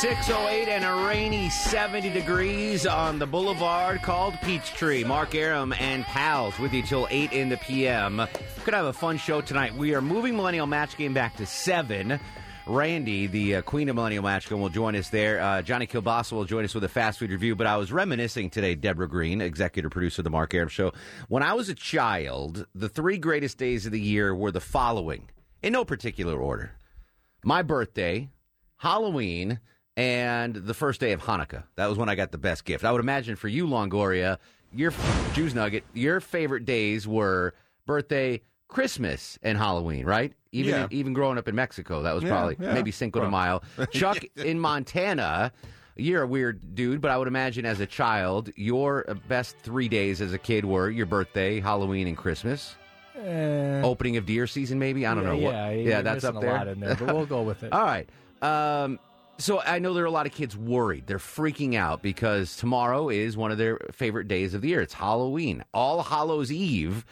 Six oh eight and a rainy seventy degrees on the boulevard called Peachtree. Mark Aram and pals with you till eight in the PM. Could have a fun show tonight. We are moving Millennial Match Game back to seven. Randy, the uh, queen of Millennial Match Game, will join us there. Uh, Johnny Kilbasa will join us with a fast food review. But I was reminiscing today, Deborah Green, executive producer of the Mark Aram Show. When I was a child, the three greatest days of the year were the following, in no particular order: my birthday, Halloween, and the first day of Hanukkah. That was when I got the best gift. I would imagine for you, Longoria, your Jews Nugget, your favorite days were birthday, Christmas, and Halloween, right? Even Yeah. even growing up in Mexico, that was Yeah, probably yeah. maybe Cinco de Mayo. Chuck in Montana. You're a weird dude, but I would imagine as a child, your best three days as a kid were your birthday, Halloween, and Christmas. Opening of deer season, maybe I don't know. yeah, what- Yeah, yeah, you're that's missing up there. A lot in there, but we'll go with it. All right. Um, so I know there are a lot of kids worried. They're freaking out because tomorrow is one of their favorite days of the year. It's Halloween, All Hallows Eve,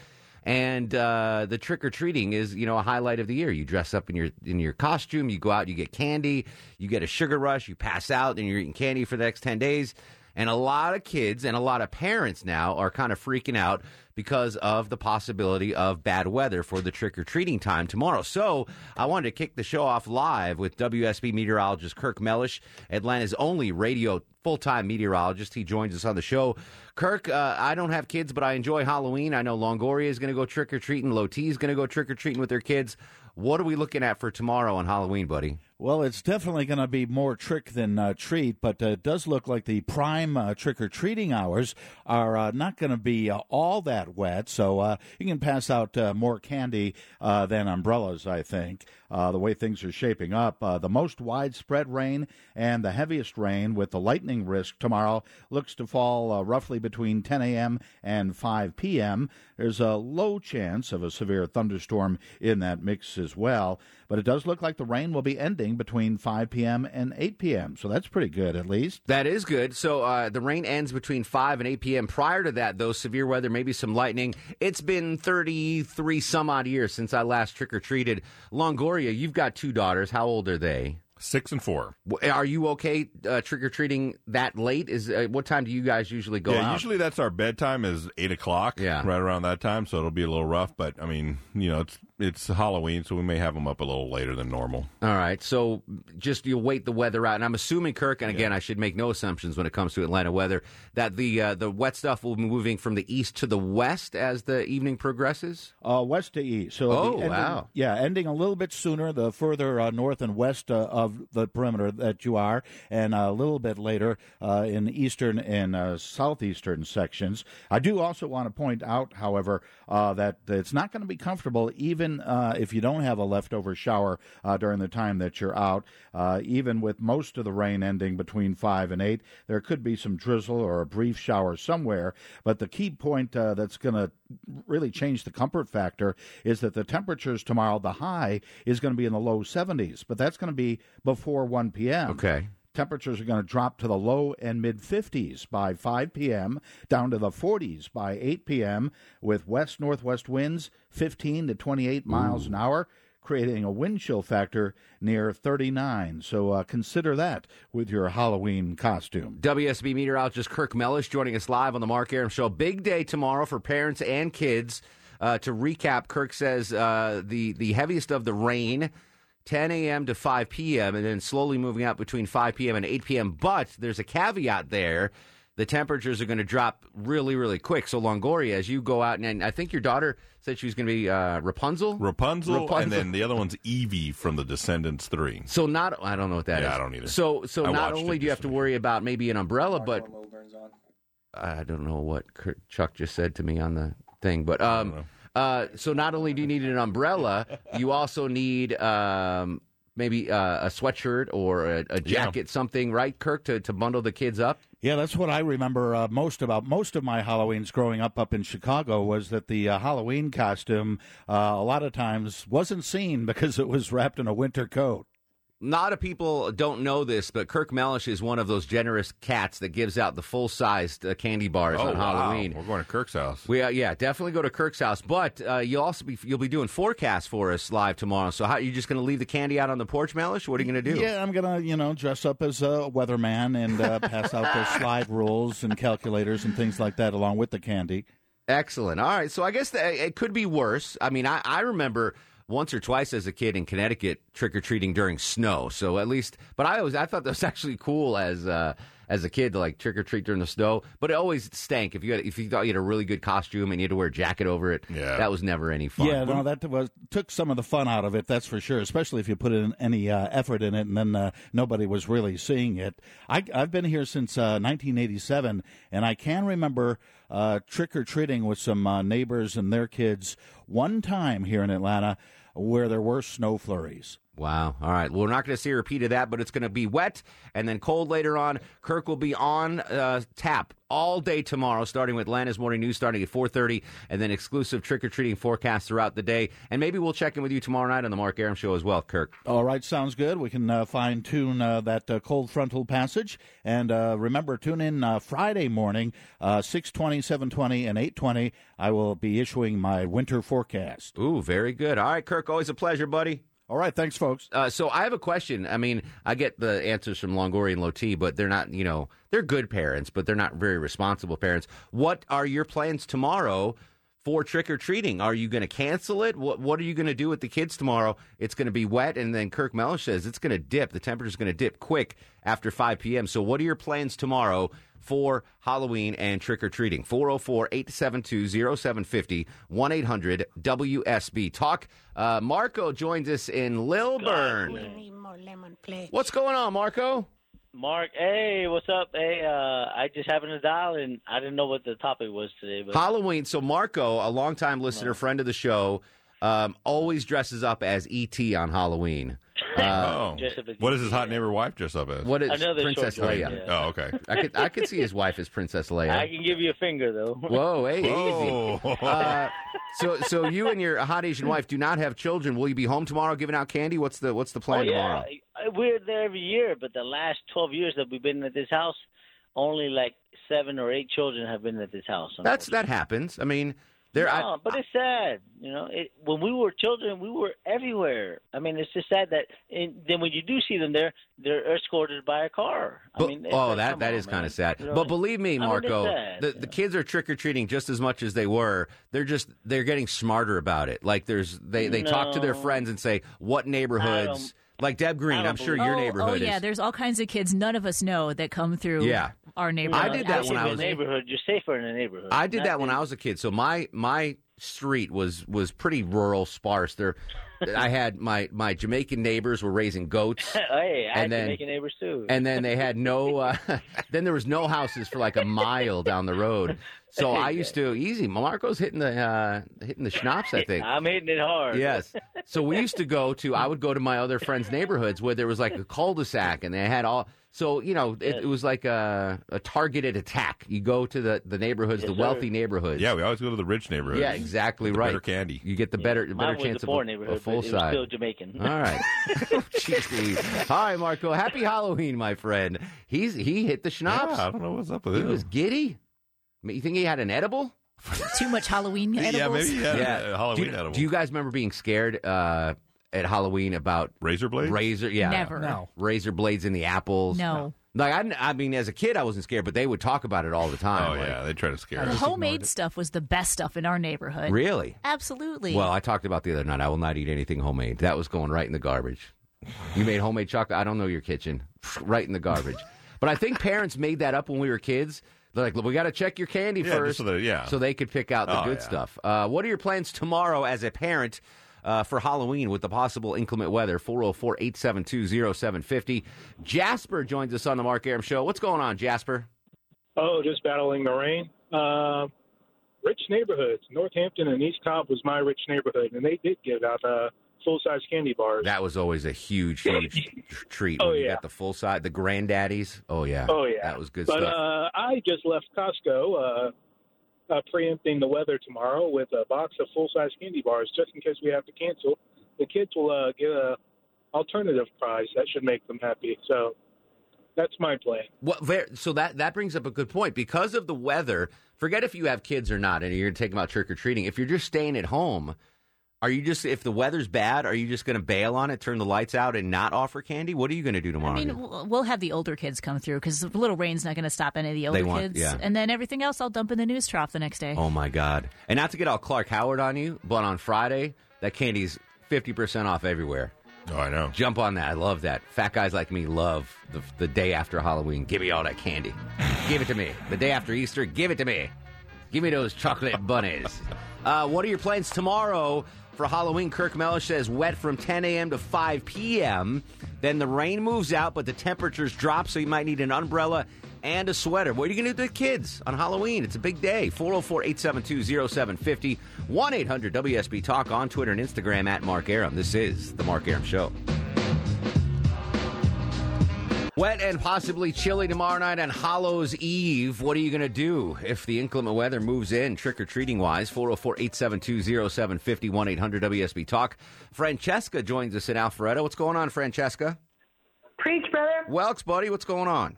and uh, the trick or treating is you know a highlight of the year. You dress up in your in your costume, you go out, you get candy, you get a sugar rush, you pass out, and you're eating candy for the next ten days. And a lot of kids and a lot of parents now are kind of freaking out because of the possibility of bad weather for the trick or treating time tomorrow. So I wanted to kick the show off live with WSB meteorologist Kirk Mellish, Atlanta's only radio full time meteorologist. He joins us on the show. Kirk, uh, I don't have kids, but I enjoy Halloween. I know Longoria is going to go trick or treating, Loti is going to go trick or treating with their kids. What are we looking at for tomorrow on Halloween, buddy? Well, it's definitely going to be more trick than uh, treat, but uh, it does look like the prime uh, trick or treating hours are uh, not going to be uh, all that wet. So uh, you can pass out uh, more candy uh, than umbrellas, I think. Uh, the way things are shaping up, uh, the most widespread rain and the heaviest rain with the lightning risk tomorrow looks to fall uh, roughly between 10 a.m. and 5 p.m. There's a low chance of a severe thunderstorm in that mix as well, but it does look like the rain will be ending between 5 p.m. and 8 p.m., so that's pretty good at least. That is good. So uh, the rain ends between 5 and 8 p.m. Prior to that, though, severe weather, maybe some lightning. It's been 33 some odd years since I last trick or treated. Longoria, you've got two daughters. How old are they? Six and four. W- Are you okay uh, trick or treating that late? Is uh, what time do you guys usually go yeah, out? usually that's our bedtime is eight o'clock. Yeah. right around that time, so it'll be a little rough. But I mean, you know, it's it's Halloween, so we may have them up a little later than normal. All right, so just you wait the weather out, and I'm assuming Kirk. And again, I should make no assumptions when it comes to Atlanta weather that the uh, the wet stuff will be moving from the east to the west as the evening progresses. Uh, west to east. So it'll be Oh, ending- wow. Yeah, ending a little bit sooner the further uh, north and west uh, of the perimeter that you are, and a little bit later uh, in eastern and uh, southeastern sections. I do also want to point out, however, uh, that it's not going to be comfortable even uh, if you don't have a leftover shower uh, during the time that you're out. Uh, even with most of the rain ending between 5 and 8, there could be some drizzle or a brief shower somewhere, but the key point uh, that's going to really change the comfort factor is that the temperatures tomorrow, the high is going to be in the low 70s, but that's going to be before 1 p.m. Okay. Temperatures are going to drop to the low and mid 50s by 5 p.m., down to the 40s by 8 p.m., with west northwest winds 15 to 28 Mm. miles an hour, creating a wind chill factor near 39. So uh, consider that with your Halloween costume. WSB meteorologist Kirk Mellish joining us live on the Mark Aram Show. Big day tomorrow for parents and kids. Uh, to recap, Kirk says uh, the the heaviest of the rain, 10 a.m. to 5 p.m., and then slowly moving out between 5 p.m. and 8 p.m. But there's a caveat there. The temperatures are going to drop really, really quick. So Longoria, as you go out, and, and I think your daughter said she was going to be uh, Rapunzel. Rapunzel, Rapunzel. and then the other one's Evie from The Descendants Three. So not I don't know what that is. Yeah, I don't either. So so I not watched only it do you have to yesterday. worry about maybe an umbrella, but I don't know what Kurt- Chuck just said to me on the thing, but um, uh, so not only do you need an umbrella, you also need um. Maybe uh, a sweatshirt or a, a jacket, something, right, Kirk, to, to bundle the kids up? Yeah, that's what I remember uh, most about most of my Halloweens growing up up in Chicago was that the uh, Halloween costume uh, a lot of times wasn't seen because it was wrapped in a winter coat. A lot of people don't know this, but Kirk Mellish is one of those generous cats that gives out the full sized uh, candy bars oh, on wow. Halloween. We're going to Kirk's house. We uh, yeah, definitely go to Kirk's house, but uh, you'll also be you'll be doing forecasts for us live tomorrow. So how you just going to leave the candy out on the porch, Mellish? What are you going to do? Yeah, I'm gonna you know dress up as a weatherman and uh, pass out the slide rules and calculators and things like that along with the candy. Excellent. All right. So I guess that it could be worse. I mean, I, I remember once or twice as a kid in Connecticut trick or treating during snow. So at least, but I always I thought that was actually cool as uh, as a kid to like trick or treat during the snow. But it always stank if you had, if you thought you had a really good costume and you had to wear a jacket over it. Yeah. that was never any fun. Yeah, no, that was took some of the fun out of it. That's for sure. Especially if you put in any uh, effort in it, and then uh, nobody was really seeing it. I, I've been here since uh, 1987, and I can remember uh, trick or treating with some uh, neighbors and their kids one time here in Atlanta where there were snow flurries. Wow. All right. Well, we're not going to see a repeat of that, but it's going to be wet and then cold later on. Kirk will be on uh, tap all day tomorrow, starting with Atlanta's morning news, starting at 4.30, and then exclusive trick-or-treating forecasts throughout the day. And maybe we'll check in with you tomorrow night on the Mark Aram Show as well, Kirk. All right, sounds good. We can uh, fine tune uh, that uh, cold frontal passage, and uh, remember, tune in uh, Friday morning, uh, six twenty, seven twenty, and eight twenty. I will be issuing my winter forecast. Ooh, very good. All right, Kirk, always a pleasure, buddy. All right, thanks, folks. Uh, so I have a question. I mean, I get the answers from Longoria and Loti, but they're not, you know, they're good parents, but they're not very responsible parents. What are your plans tomorrow for trick or treating? Are you going to cancel it? What What are you going to do with the kids tomorrow? It's going to be wet, and then Kirk Mellish says it's going to dip. The temperature's going to dip quick after 5 p.m. So, what are your plans tomorrow? For Halloween and oh trick or treating. 404 872 0750 1 800 WSB Talk. Uh, Marco joins us in Lilburn. We need more lemon, please. What's going on, Marco? Mark, hey, what's up? Hey, uh, I just happened to dial and I didn't know what the topic was today, but Halloween. So Marco, a longtime listener, friend of the show, um, always dresses up as ET on Halloween. Uh, oh. just if it's- What does his hot neighbor wife dress up as? What is Another short Princess story, Leia? yeah. Oh, okay. I could I could see his wife as Princess I Leia. can give you a finger though. Whoa, hey, easy. Whoa. Uh, so so you and your hot Asian wife do not have children. Will you be home tomorrow giving out candy? What's the what's the plan Oh, yeah. tomorrow? I- I- We're there every year, but the last 12 years that we've been at this house, only like seven or eight children have been at this house. That's that happens. I mean, there. I- No, but it's sad. You know, it, when we were children, we were everywhere. I mean, it's just sad that. And then when you do see them there, they're escorted by a car. I But- mean, it's oh, like, that come that on, is kind man. of sad. You know, but believe me, I mean, Marco, it's sad, the, you the know. kids are trick or treating just as much as they were. They're just they're getting smarter about it. Like there's they they talk to their No. friends and say what neighborhoods. Like Deb Green, don't I'm sure believe- your oh, neighborhood oh, yeah, is. there's all kinds of kids none of us know that come through Yeah. our neighborhood. I did that when I in was- the neighborhood. You're safer in the neighborhood. I did Not that when in- I was a kid. So my my street was was pretty rural, sparse. There, I had my my Jamaican neighbors were raising goats. Oh, Hey, I and had then- Jamaican neighbors too. and then they had no uh, then there was no houses for like a mile down the road so i used to easy marco's hitting the uh, hitting the schnapps i think I'm hitting it hard. yes so we used to go to i would go to my other friends neighborhoods where there was like a cul-de-sac and they had all so you know it, it was like a, a targeted attack you go to the, the neighborhoods the Yes, wealthy neighborhoods yeah, we always go to the rich neighborhood. yeah exactly The right Better candy. you get the better better Mine was chance a of poor a, neighborhood, a full but it was side still Jamaican. all right. Jeez Louise. All right, Marco. Happy Halloween, my friend. He's he hit the schnapps. Yeah, I don't know what's up with he him. was giddy. I mean, You think he had an edible? Too much Halloween edibles. Yeah, maybe he had a- a Halloween do, you- edible. Do you guys remember being scared uh, at Halloween about razor blades? razor? Yeah, Never. No. razor blades in the apples. No. Like I, I mean, as a kid, I wasn't scared, but they would talk about it all the time. Oh like, yeah, they try to scare The us. homemade stuff was the best stuff in our neighborhood. really? Absolutely. Well, I talked about the other night. I will not eat anything homemade. That was going right in the garbage. You made homemade chocolate. I don't know your kitchen. Right in the garbage. but I think parents made that up when we were kids. They're like, "Look, we got to check your candy Yeah, first, just so that- yeah. so they could pick out the Oh, good yeah. stuff. Uh, what are your plans tomorrow as a parent? Uh, for Halloween with the possible inclement weather, 404 872 0750. Jasper joins us on the Mark Aram Show. What's going on, Jasper? Oh, just battling the rain. Uh, rich neighborhoods. Northampton and East Cobb was my rich neighborhood, and they did give out uh, full size candy bars. That was always a huge, huge tr- treat. When Oh, you yeah. got the full size, the granddaddies. Oh yeah. Oh, yeah. That was good but stuff. uh, I just left Costco, uh, uh, preempting the weather tomorrow with a box of full size candy bars just in case we have to cancel. The kids will uh, get a alternative prize that should make them happy. So that's my plan. What, ver- so that that brings up a good point because of the weather. Forget if you have kids or not, and you're going to take them out trick or treating. If you're just staying at home, are you just if the weather's bad, are you just going to bail on it, turn the lights out, and not offer candy? What are you going to do tomorrow? I mean, we'll we'll have the older kids come through because Little Rain's not going to stop any of the older want- kids. yeah. And then everything else I'll dump in the news trough the next day. oh my god! And not to get all Clark Howard on you, but on Friday that candy's fifty percent off everywhere. Oh, I know. Jump on that! I love that. Fat guys like me love the the day after Halloween. Give me all that candy. give it to me. The day after Easter. Give it to me. Give me those chocolate bunnies. Uh, what are your plans tomorrow for Halloween? Kirk Mellish says wet from 10 a.m. to 5 p.m. Then the rain moves out, but the temperatures drop, so you might need an umbrella and a sweater. What are you going to do to the kids on Halloween? It's a big day. 404 872 0750 1 800 WSB Talk on Twitter and Instagram at Mark Aram. This is The Mark Aram Show. Wet and possibly chilly tomorrow night on Hallows Eve. What are you going to do if the inclement weather moves in, trick or treating wise? 404 872 0750 800 WSB Talk. Francesca joins us in Alpharetta. What's going on, Francesca? Preach, brother. Welks, buddy, what's going on?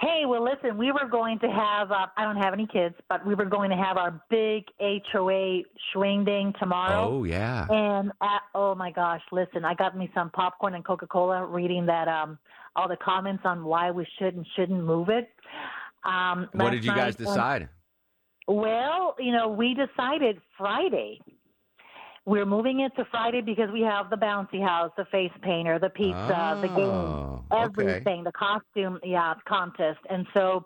Hey, well, listen, we were going to have, uh, I don't have any kids, but we were going to have our big HOA swing ding tomorrow. Oh, yeah. And, uh, oh my gosh, listen, I got me some popcorn and Coca Cola reading that, um, all the comments on why we should and shouldn't move it. Um, What last did you guys night, um, decide? well, you know, we decided Friday. We're moving it to Friday because we have the bouncy house, the face painter, the pizza, the Oh, game, okay. everything, the costume, yeah, contest. And so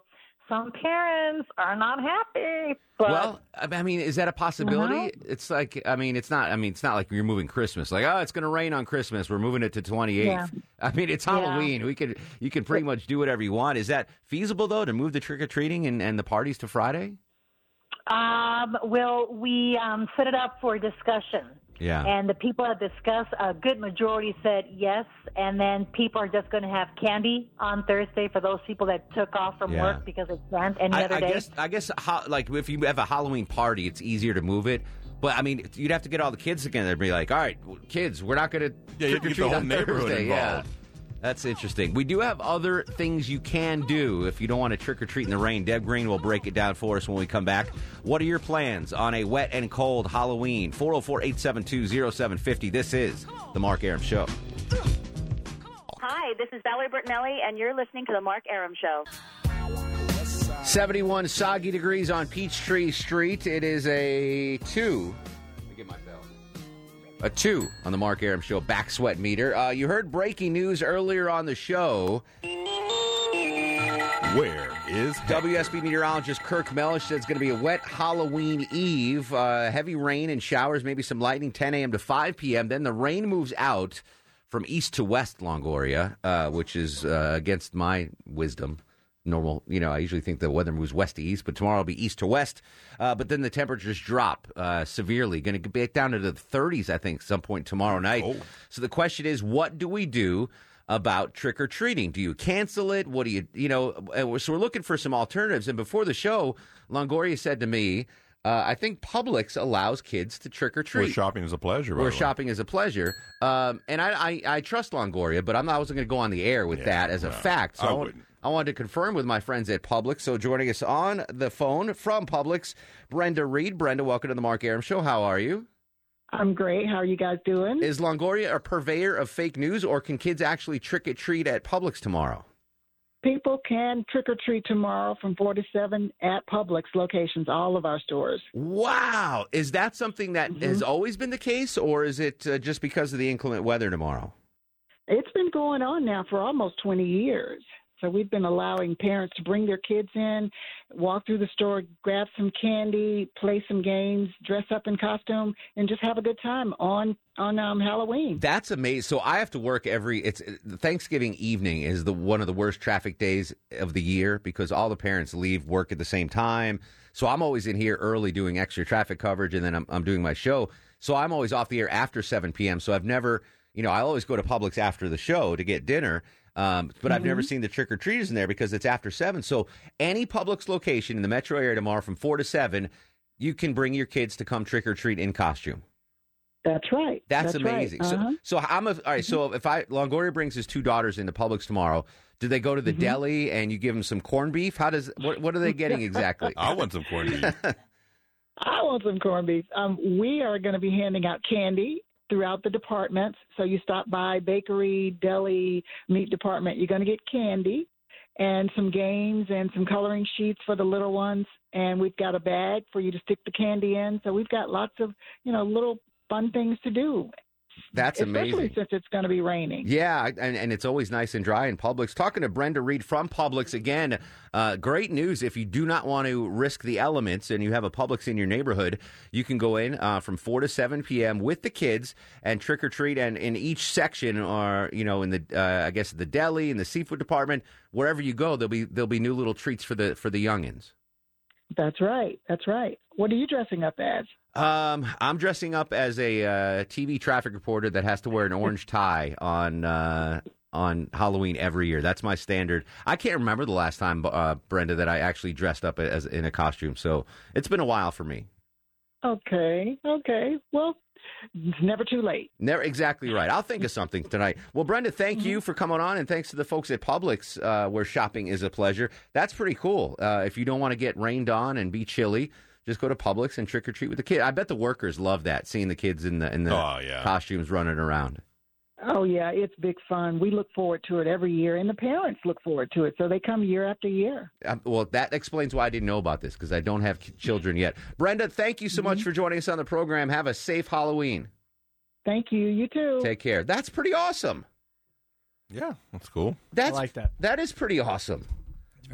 some parents are not happy. But Uh-huh. Well, I I mean, is that a possibility? It's like, I mean, it's not. I mean, it's not like you're moving Christmas. Like, oh, it's going to rain on Christmas. We're moving it to 28th. Yeah. I mean, it's Halloween. We could, you can pretty much do whatever you want. Is that feasible though to move the trick or treating and, and the parties to Friday? um, well, we um, set it up for discussion. Yeah. And the people that discussed, a good majority said yes. And then people are just going to have candy on Thursday for those people that took off from Yeah. work because they can't any I, other I day. guess, I guess, ho- like if you have a Halloween party, it's easier to move it. But I mean, you'd have to get all the kids together and be like, "All right, well, kids, we're not going to Yeah, you have to get the whole neighborhood involved. Yeah. That's interesting. We do have other things you can do if you don't want to trick or treat in the rain. Deb Green will break it down for us when we come back. What are your plans on a wet and cold Halloween? 404 872 0750. This is The Mark Aram Show. Hi, this is Valerie Bertinelli, and you're listening to The Mark Aram Show. 71 soggy degrees on Peachtree Street. It is a two. Let me get my bell. A two on the Mark Aram Show back sweat meter. Uh, you heard breaking news earlier on the show. Where is Hector? WSB meteorologist Kirk Mellish says it's going to be a wet Halloween Eve. Uh, heavy rain and showers, maybe some lightning, 10 a.m. to 5 p.m. Then the rain moves out from east to west Longoria, uh, which is uh, against my wisdom. Normal, you know, I usually think the weather moves west to east, but tomorrow will be east to west. Uh, but then the temperatures drop uh, severely, going to get down to the 30s, I think, some point tomorrow night. Oh. So the question is, what do we do? about trick or treating. Do you cancel it? What do you, you know? and we're- So we're looking for some alternatives. And before the show, Longoria said to me, uh, I think Publix allows kids to trick or Where treat. shopping is a pleasure. by Where the way. shopping is a pleasure. Um, and I, I, I trust Longoria, but I'm not, I wasn't going to go on the air with that as a fact. So I want- wouldn't. I wanted to confirm with my friends at Publix. So joining us on the phone from Publix, Brenda Reed. Brenda, welcome to the Mark Aram Show. How are you? I'm great. How are you guys doing? Is Longoria a purveyor of fake news, or can kids actually trick or treat at Publix tomorrow? People can trick or treat tomorrow from 4 to 7 at Publix locations, all of our stores. Wow. Is that something that has always been the case, or is it uh, just because of the inclement weather tomorrow? It's been going on now for almost 20 years. So we've been allowing parents to bring their kids in, walk through the store, grab some candy, play some games, dress up in costume, and just have a good time on on um, Halloween. That's amazing. So I have to work every. It's Thanksgiving evening is the one of the worst traffic days of the year because all the parents leave work at the same time. So I'm always in here early doing extra traffic coverage, and then I'm, I'm doing my show. So I'm always off the air after 7 p.m. So I've never, you know, I always go to Publix after the show to get dinner. Um, but I've never seen the trick or treaters in there because it's after seven. So any Publix location in the metro area tomorrow from four to seven, you can bring your kids to come trick or treat in costume. That's right. That's, right. amazing. Uh-huh. Mm-hmm. So, so I'm a, all right. So if I Longoria brings his two daughters into Publix tomorrow, do they go to the Mm-hmm. deli and you give them some corned beef? How does what, what are they getting exactly? I want some corned beef. I want some corned beef. Um, we are going to be handing out candy throughout the departments. So you stop by bakery, deli, meat department, you're going to get candy and some games and some coloring sheets for the little ones. And we've got a bag for you to stick the candy in. So we've got lots of you know little fun things to do. That's especially amazing. since it's going to be raining. Yeah, I- and, and it's always nice and dry in Publix. Talking to Brenda Reed from Publix again. Uh, great news if you do not want to risk the elements and you have a Publix in your neighborhood, you can go in uh, from four to seven p.m. with the kids and trick or treat. And in each section, or you know, in the uh, I guess the deli and the seafood department, wherever you go, there'll be there'll be new little treats for the for the youngins. That's right. That's right. What are you dressing up as? Um, I'm dressing up as a uh, TV traffic reporter that has to wear an orange tie on uh, on Halloween every year. That's my standard. I can't remember the last time, uh, Brenda, that I actually dressed up as in a costume. So it's been a while for me. Okay. Okay. Well, it's never too late. Never exactly right. I'll think of something tonight. Well, Brenda, thank Mm-hmm. you for coming on, and thanks to the folks at Publix, uh, where shopping is a pleasure. That's pretty cool. Uh, if you don't want to get rained on and be chilly, just go to Publix and trick or treat with the kid. I bet the workers love that, seeing the kids in the in the Oh, yeah. costumes running around. Oh yeah, it's big fun. We look forward to it every year, and the parents look forward to it. So they come year after year. Um, well, that explains why I didn't know about this because I don't have ki- children yet. Brenda, thank you so much for joining us on the program. Have a safe Halloween. Thank you. You too. Take care. That's pretty awesome. Yeah, that's cool. That's like that. That is pretty awesome.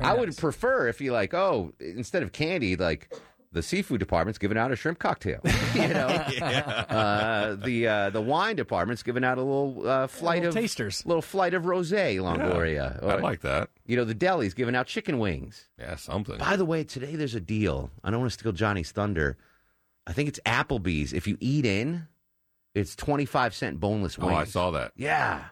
I would prefer if you like, oh, instead of candy, like the seafood department's giving out a shrimp cocktail. you know, uh, the uh, the wine department's giving out a little uh, flight Little of tasters. little flight of rosé, Longoria. I like that. You know, the deli's giving out chicken wings. Yeah, something. By the way, today there's a deal. I don't want to steal Johnny's thunder. I think it's Applebee's. If you eat in, it's twenty five cent boneless Oh, wings. I saw that. Yeah.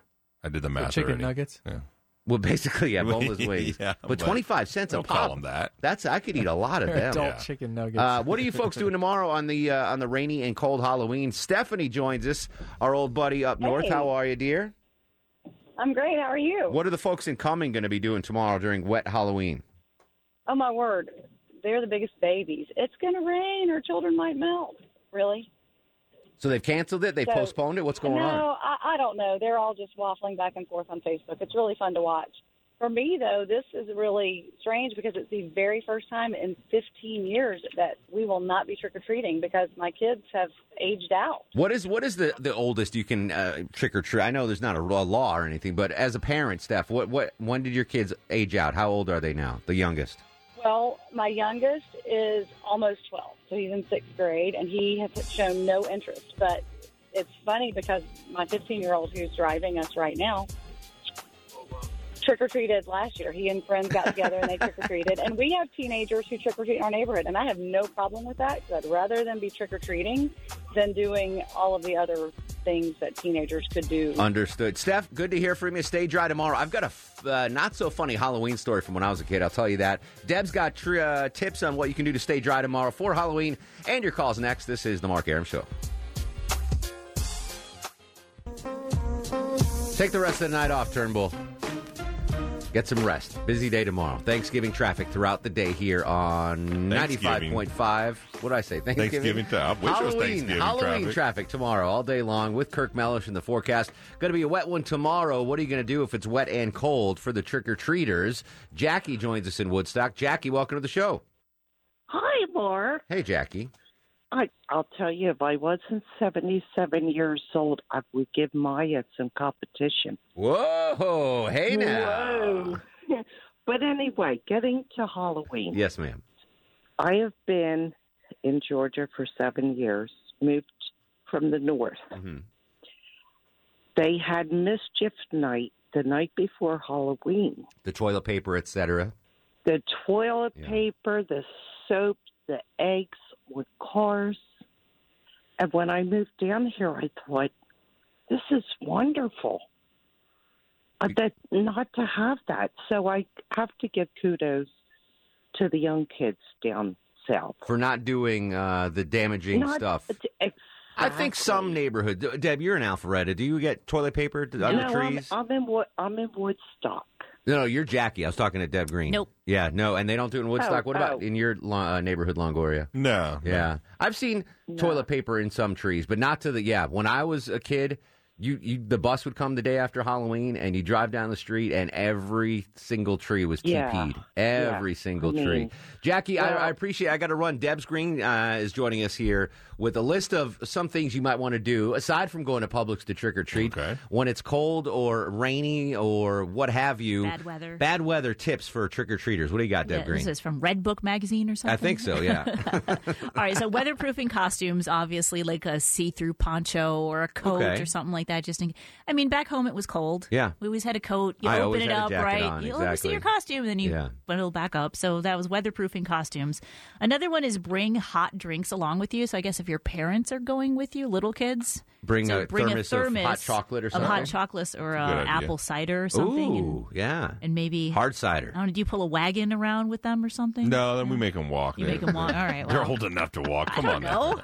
I did the The math. chicken already. nuggets. Yeah. Well, basically, yeah, boneless Yeah, wings. but but twenty five cents a Don't pop. call them that. That's I could eat a lot of They're them. adult Yeah. chicken nuggets. Uh, what are you folks doing tomorrow on the uh, on the rainy and cold Halloween? Stephanie joins us, our old buddy up north. Hey. How are you, dear? I'm great. How are you? What are the folks in Cumming going to be doing tomorrow during wet Halloween? Oh my word, they're the biggest babies. It's going to rain, or children might melt. Really? So they've canceled it. They So- have postponed it. What's going no, on? I, I don't know. They're all just waffling back and forth on Facebook. It's really fun to watch. For me, though, this is really strange because it's the very first time in 15 years that we will not be trick or treating because my kids have aged out. What is what is the the oldest you can uh, trick or treat? I know there's not a raw law or anything, but as a parent, Steph, what what when did your kids age out? How old are they now? The youngest. Well, my youngest is almost 12, so he's in sixth grade, and he has shown no interest. But it's funny because my 15 year old who's driving us right now trick or treated last year. He and friends got together and they trick or treated. And we have teenagers who trick or treat in our neighborhood, and I have no problem with that because I'd rather them be trick or treating than doing all of the other things that teenagers could do. Understood. Steph, good to hear from you. Stay dry tomorrow. I've got a f- uh, not so funny Halloween story from when I was a kid. I'll tell you that. Deb's got tr- uh, tips on what you can do to stay dry tomorrow for Halloween. And your calls next. This is the Mark Aram Show. Take the rest of the night off, Turnbull. Get some rest. Busy day tomorrow. Thanksgiving traffic throughout the day here on Thanksgiving. 95.5. What did I say? Thanksgiving time. I wish it was Halloween, Thanksgiving Halloween traffic. tomorrow all day long with Kirk Mellish in the forecast. Going to be a wet one tomorrow. What are you going to do if it's wet and cold for the trick or treaters? Jackie joins us in Woodstock. Jackie, welcome to the show. Hi, Mark. Hey, Jackie. I, I'll tell you, if I wasn't 77 years old, I would give Maya some competition. Whoa. Hey now. Whoa. but anyway, getting to Halloween, Yes, ma'am. I have been in Georgia for seven years, moved from the north. Mhm. They had mischief night the night before Halloween. The toilet paper, etc. The toilet Yeah. paper, the soap, the eggs with cars. And when I moved down here, I thought, this is wonderful. Uh, That not to have that, so I have to give kudos to the young kids down south. for not doing uh, the damaging Not- stuff. I think some neighborhood. Deb, you're in Alpharetta. Do you get toilet paper d- under no, trees? I'm, I'm in Wo- I'm in Woodstock. No, no, you're Jackie. I was talking to Deb Green. Nope. Yeah, no, and they don't do it in Woodstock. Oh, what about oh. in your lo- uh, neighborhood, Longoria? No. Yeah, I've seen toilet paper in some trees, but not to the. Yeah, when I was a kid, you, you the bus would come the day after Halloween, and you drive down the street, and every single tree was Yeah. TP'd. Every Yeah. single I mean- tree. Jackie, Well- I, I appreciate. I got to run. Deb's Green uh, is joining us here with a list of some things you might want to do aside from going to Publix to trick or treat when it's cold or rainy or what have you. Bad weather. Bad weather tips for trick or treaters. What do you got, Deb Yeah, Green? This is from Red Book magazine or something. I think so. Yeah. All right, so weatherproofing costumes, obviously, like a see-through poncho or a coat Okay. or something like that. Just in, I mean, back home it was cold. Yeah. we always had a coat. You I open always it had a up, jacket right? on, You let me see exactly. your costume, then you Yeah. bundle back up. So that was weatherproofing costumes. Another one is bring hot drinks along with you. So I guess if your parents are going with you, little kids, Bring so a thermos of hot chocolate or of hot something? chocolate or That's a uh, good idea. apple cider or something, and, Ooh, yeah. and maybe Hard cider. I don't know. Do you pull a wagon around with them or something? No, then we make them walk. You make 'em walk. All right, They're well. old enough to walk. Come on. now.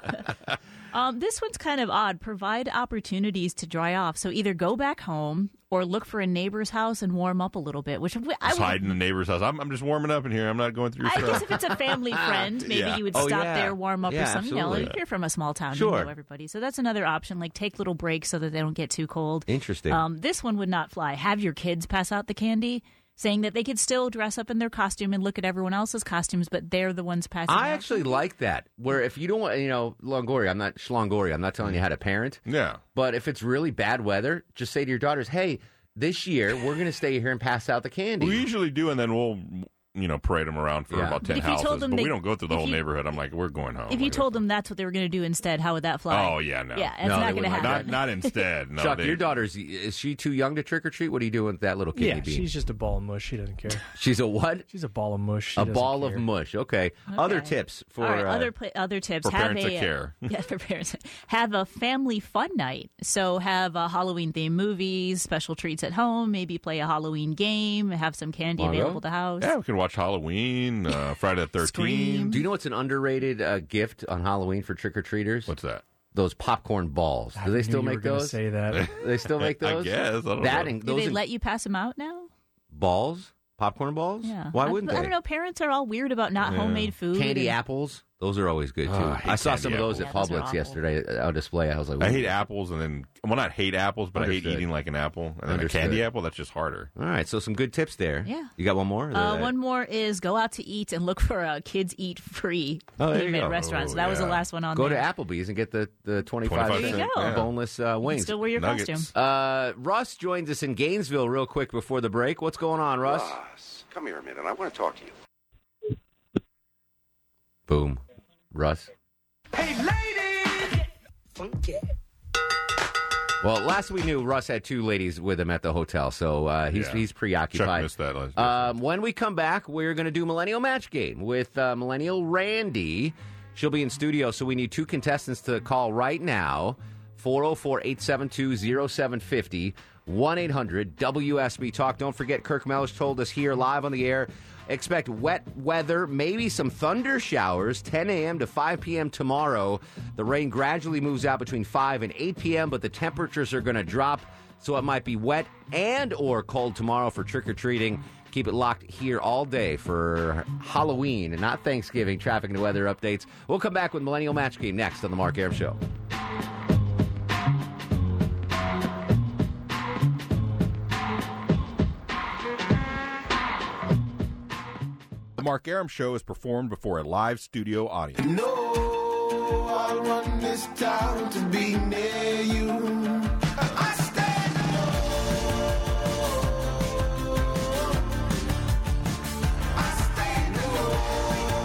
No. um, this one's kind of odd. Provide opportunities to dry off. So either go back home or look for a neighbor's house and warm up a little bit. Which we- I Just hide would. in the neighbor's house. I'm, I'm just warming up in here. I'm not going through. your I stuff. guess if it's a family friend, maybe Yeah. you would Oh, stop yeah. there, warm up Yeah, or something. You know, absolutely. if you're from a small town, Sure. you know everybody. So that's another option. Like take little breaks so that they don't get too cold. Interesting. Um, this one would not fly. Have your kids pass out the candy, saying that they could still dress up in their costume and look at everyone else's costumes, but they're the ones passing. I out. actually like that. Where if you don't want, you know, Longoria, I'm not Schlongoria. I'm not telling you how to parent. Yeah. But if it's really bad weather, just say to your daughters, "Hey, this year we're going to stay here and pass out the candy." We usually do, and then we'll, you know, parade them around for Yeah. about But ten if you told houses. them but they- we don't go through the if whole you- neighborhood. I'm like, we're going home. If you told them that's what they were going to do instead, how would that fly? oh yeah, no, Yeah, that's not going to happen. Not, not instead. No, Chuck, they- your daughter's is she too young to trick or treat? What are you doing with that little kidney yeah, bean? she's just a ball of mush. She doesn't care. She's a what? She's a ball of mush. She a doesn't ball of care. mush. Okay. Other tips for All right, uh, other pla other tips. for have parents a, that care. Yeah, for parents. Have a family fun night. So have uh, Halloween themed movies, special treats at home. Maybe play a Halloween game. Have some candy Wanna go? available at the house. Yeah, we can watch Halloween, uh, Friday the Thirteenth. Do you know what's an underrated uh, gift on Halloween for trick or treaters? What's that? Those popcorn balls. I Do they knew still you were make gonna those? say that. they still make I those. guess. I don't that know. and Do those they in- let you pass them out now? balls, popcorn balls. Yeah. Why I- wouldn't I, they? don't know. Parents are all weird about not Yeah. homemade food. Candy and- apples. Those are always good too. Oh, I I, hate saw some of candy those at apples. Yeah, Publix those are awful. yesterday uh, on display. I was like, I hate "Ooh." apples, and then well, not hate apples, but I Understood. hate eating like an apple, and then Understood. a candy apple. That's just harder. All right, so some good tips there. Yeah. You got one more? Uh, one more is go out to eat and look for a kids eat free Oh, there you theme at go. restaurants. that was the Yeah. last one on Go there. to Applebee's and get the, the 25, 25 There you cent go. uh, boneless uh, can wings. still wear your Nuggets. costume. Uh, Russ joins us in Gainesville real quick before the break. What's going on, Russ? Come here a minute. I want to talk to you. Boom. Russ. Hey, ladies! Funky. Well, last we knew, Russ had two ladies with him at the hotel, so uh, he's, Yeah. he's preoccupied. Chuck missed that last- Um, when we come back, we're going to do Millennial Match Game with uh, Millennial Randy. She'll be in studio, so we need two contestants to call right now 404 872 0750 1 800 WSB Talk. Don't forget, Kirk Mellish told us here live on the air. Expect wet weather, maybe some thunder showers, 10 a.m. to 5 p.m. tomorrow. The rain gradually moves out between 5 and 8 p.m., but the temperatures are going to drop so it might be wet and or cold tomorrow for trick or treating. Keep it locked here all day for Halloween and not Thanksgiving. Traffic and weather updates. We'll come back with Millennial Match Game next on the Mark Aram Show. The Mark Aram Show is performed before a live studio audience. No, I want this town to be near you. I stand alone. I stand alone.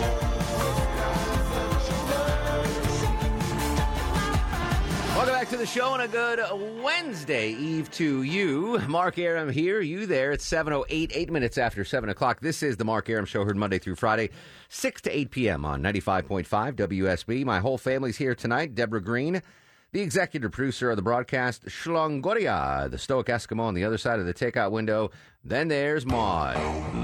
Welcome back back to the show and a good Wednesday eve to you. Mark Aram here, you there. It's 7.08, eight minutes after 7 o'clock. This is the Mark Aram Show, heard Monday through Friday, 6 to 8 p.m. on 95.5 WSB. My whole family's here tonight. Deborah Green, the executive producer of the broadcast, Shlongoria, the stoic Eskimo on the other side of the takeout window. Then there's Maud.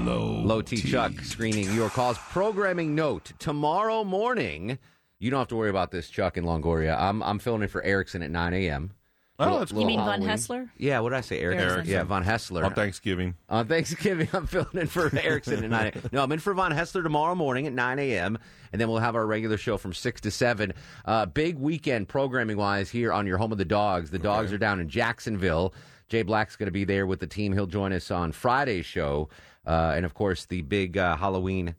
Low, T. Chuck screening your calls. Programming note tomorrow morning, you don't have to worry about this, Chuck and Longoria. I'm, I'm filling in for Erickson at 9 a.m. Oh, Little- that's cool. little You mean Von Halloween. Hessler? Yeah, what did I say? Erickson. Erickson. Yeah, Von Hessler. On Thanksgiving. On Thanksgiving, I'm filling in for Erickson at 9 a.m. No, I'm in for Von Hessler tomorrow morning at 9 a.m., and then we'll have our regular show from 6 to 7. Uh, big weekend programming wise here on Your Home of the Dogs. The dogs are down in Jacksonville. Jay Black's going to be there with the team. He'll join us on Friday's show. Uh, and of course, the big uh, Halloween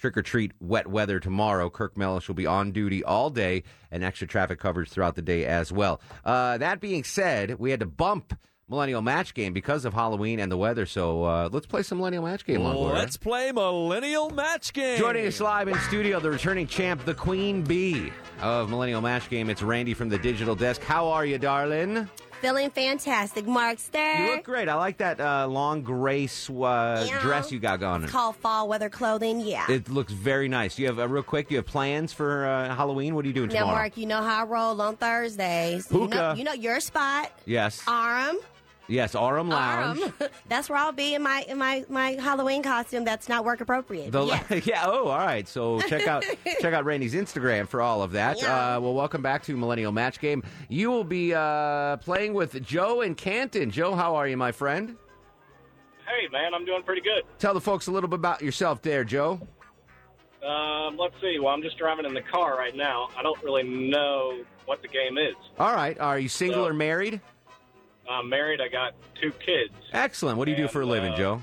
trick or treat wet weather tomorrow. Kirk Mellish will be on duty all day and extra traffic coverage throughout the day as well. Uh, that being said, we had to bump Millennial Match Game because of Halloween and the weather. So uh, let's play some Millennial Match Game. Longoria. Let's play Millennial Match Game. Joining us live in studio, the returning champ, the Queen Bee of Millennial Match Game. It's Randy from the digital desk. How are you, darling? Feeling fantastic, Markster. You look great. I like that uh, long gray sw- uh, Yeah. dress you got going. It's called fall weather clothing. Yeah. It looks very nice. You have uh, real quick. You have plans for uh, Halloween. What are you doing now, tomorrow? Mark, you know how I roll on Thursdays. You know, Hookah. you know your spot, Yes, Aram. yes. Aurum Lounge. Aram. That's where I'll be in my in my my Halloween costume. That's not work appropriate. The- yeah. yeah. Oh, all right. So check out check out Randy's Instagram for all of that. Uh, well, welcome back to Millennial Match Game. You will be uh, playing with Joe and Canton. Joe, how are you, my friend? Hey, man, I'm doing pretty good. Tell the folks a little bit about yourself, there, Joe. Um, let's see. Well, I'm just driving in the car right now. I don't really know what the game is. All right. Are you single or married? I'm married. I got two kids. Excellent. What do you do and, for a living, uh, Joe?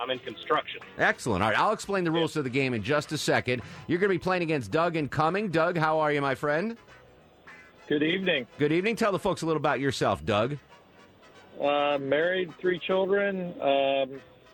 I'm in construction. Excellent. All right. I'll explain the rules of the game in just a second. You're going to be playing against Doug and Cumming. Doug, how are you, my friend? Good evening. Good evening. Tell the folks a little about yourself, Doug. Uh, married, three children, um,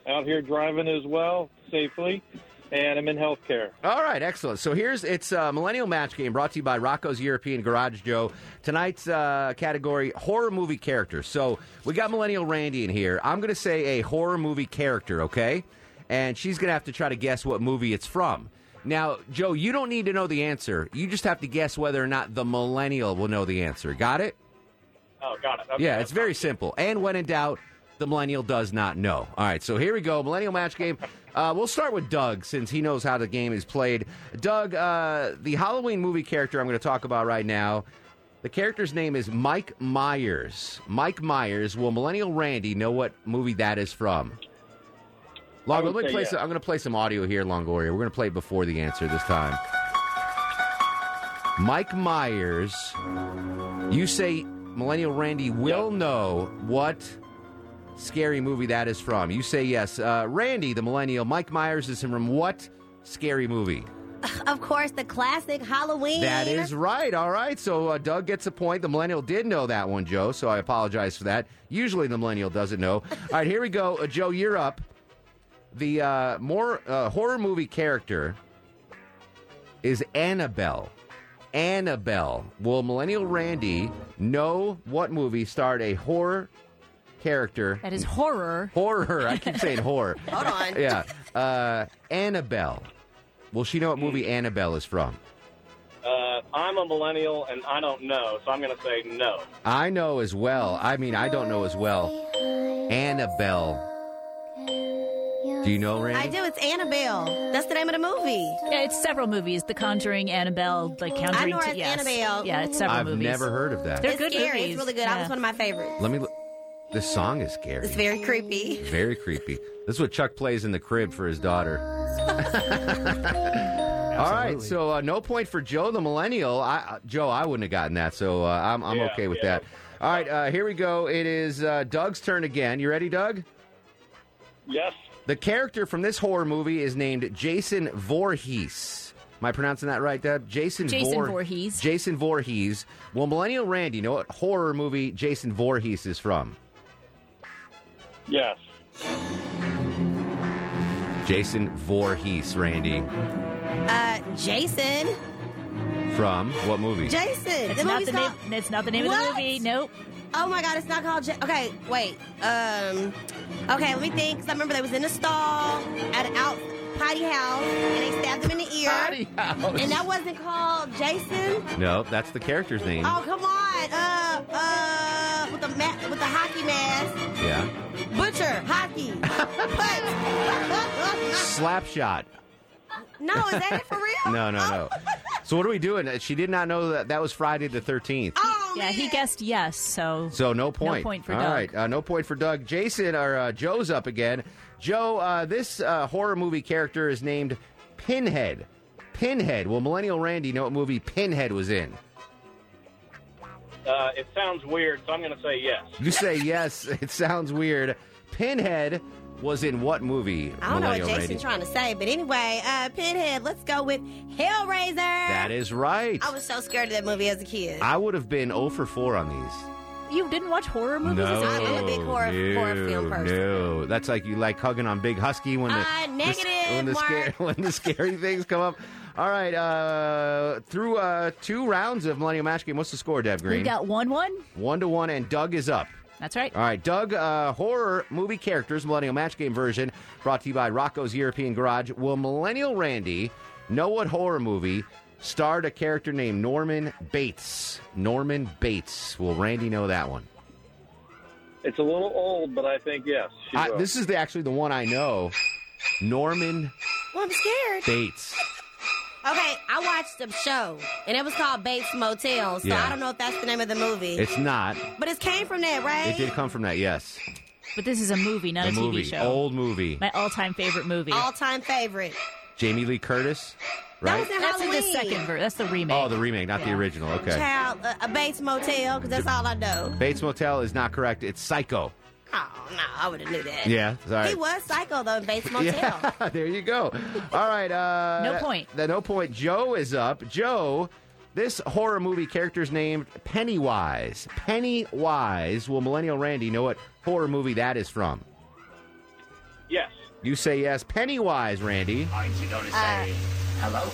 out here driving as well, safely, and I'm in healthcare. All right, excellent. So here's it's a millennial match game brought to you by Rocco's European Garage Joe. Tonight's uh, category horror movie characters. So we got millennial Randy in here. I'm going to say a horror movie character, okay? And she's going to have to try to guess what movie it's from. Now, Joe, you don't need to know the answer. You just have to guess whether or not the millennial will know the answer. Got it? Oh, got it. Yeah, it's very simple. And when in doubt, the millennial does not know. All right, so here we go. Millennial match game. Uh, we'll start with Doug since he knows how the game is played. Doug, uh, the Halloween movie character I'm going to talk about right now, the character's name is Mike Myers. Mike Myers. Will millennial Randy know what movie that is from? Long, I would let me say play yes. some, I'm going to play some audio here, Longoria. We're going to play it before the answer this time. Mike Myers, you say Millennial Randy will know what scary movie that is from. You say yes. Uh, Randy, the Millennial, Mike Myers is from what scary movie? Of course, the classic Halloween. That is right. All right. So uh, Doug gets a point. The millennial did know that one, Joe. So I apologize for that. Usually the millennial doesn't know. All right. Here we go. Uh, Joe, you're up. The uh, more uh, horror movie character is Annabelle. Annabelle. Will millennial Randy know what movie starred a horror character? That is horror. Horror. I keep saying horror. Hold on. Yeah. Uh, Annabelle. Will she know what Mm. movie Annabelle is from? Uh, I'm a millennial, and I don't know, so I'm going to say no. I know as well. I mean, I don't know as well. Annabelle. Do you know, Randy? I do. It's Annabelle. That's the name of the movie. Yeah, it's several movies: The Conjuring, Annabelle, like Conjuring. I know her two- as yes. Annabelle. Yeah, it's several I've movies. never heard of that. They're it's good scary. movies. It's really good. Yeah. I was one of my favorites. Let me. l- This song is scary. It's very creepy. Very creepy. This is what Chuck plays in the crib for his daughter. All right, so uh, no point for Joe the Millennial. I, uh, Joe, I wouldn't have gotten that, so uh, I'm, I'm Yeah, okay with yeah. that. All right, uh, here we go. It is uh, Doug's turn again. You ready, Doug? Yes. The character from this horror movie is named Jason Voorhees. Am I pronouncing that right, Deb? Jason, Jason Voor- Voorhees. Jason Voorhees. Well, Millennial Randy, know what horror movie Jason Voorhees is from? Yes. Jason Voorhees, Randy. Uh, Jason. From what movie? Jason. It's the not movie's the name- called- it's not the name of the What? movie. Nope. Oh my God, it's not called. Ja- okay, wait. Um, okay, let me think. 'cause I remember they was in a stall at an out potty house, and they stabbed him in the ear. Potty house. And that wasn't called Jason. No, that's the character's name. Oh come on. Uh, uh, with the ma- with the hockey mask. Yeah. Butcher hockey. Punch. Slapshot. no, is that it for real? Oh. No, no, no. so what are we doing? She did not know that that was Friday the 13th. Oh. yeah, he guessed yes, so So no point. No point for All Doug. right, uh, no point for Doug. Jason or uh, Joe's up again. Joe, uh, this uh, horror movie character is named Pinhead. Pinhead. Will Millennial Randy know what movie Pinhead was in? Uh, it sounds weird, so I'm going to say yes. You say yes. It sounds weird. Pinhead was in what movie? I don't know what Millennial Jason's Randy. trying to say, but anyway, uh, Pinhead, let's go with Hellraiser. That is right. I was so scared of that movie as a kid. I would have been 0 for 4 on these. You didn't watch horror movies? no, as a kid? I'm a big horror- no, horror film person. No, that's like you like hugging on Big Husky when the, Uh, the- negative, when the scary when the scary things come up. All right, uh, through uh, two rounds of Millennium Match Game, what's the score, Dev Green? We got one one. one to one, and Doug is up. That's right. All right, Doug, uh, horror movie characters, Millennial Match Game version, brought to you by Rocco's European Garage. Will Millennial Randy know what horror movie starred a character named Norman Bates? Norman Bates. Will Randy know that one? It's a little old, but I think yes. She I, will. this is the, actually the one I know. Norman Well, I'm scared. Bates. Okay, I watched a show, and it was called Bates Motel, so Yeah. I don't know if that's the name of the movie. It's not. but it came from that, right? It did come from that, yes. But this is a movie, not a, the movie. Oh. TV show. Old movie. My all-time favorite movie. All-time favorite. Jamie Lee Curtis, right? That's in the second version. That's the remake. Oh, the remake, not the Yeah. original. Okay. Child, uh, a Bates Motel, because that's all I know. Bates Motel is not correct. It's Psycho. Oh, no, I would have knew that. Yeah, sorry. He was psycho, though, in Bates Motel. Yeah, there you go. All right. Uh, No point. The no point. Joe is up. Joe, this horror movie character's named Pennywise. Pennywise. Will Millennial Randy know what horror movie that is from? Yes. You say yes. Pennywise, Randy. Aren't you Uh, going to say hello?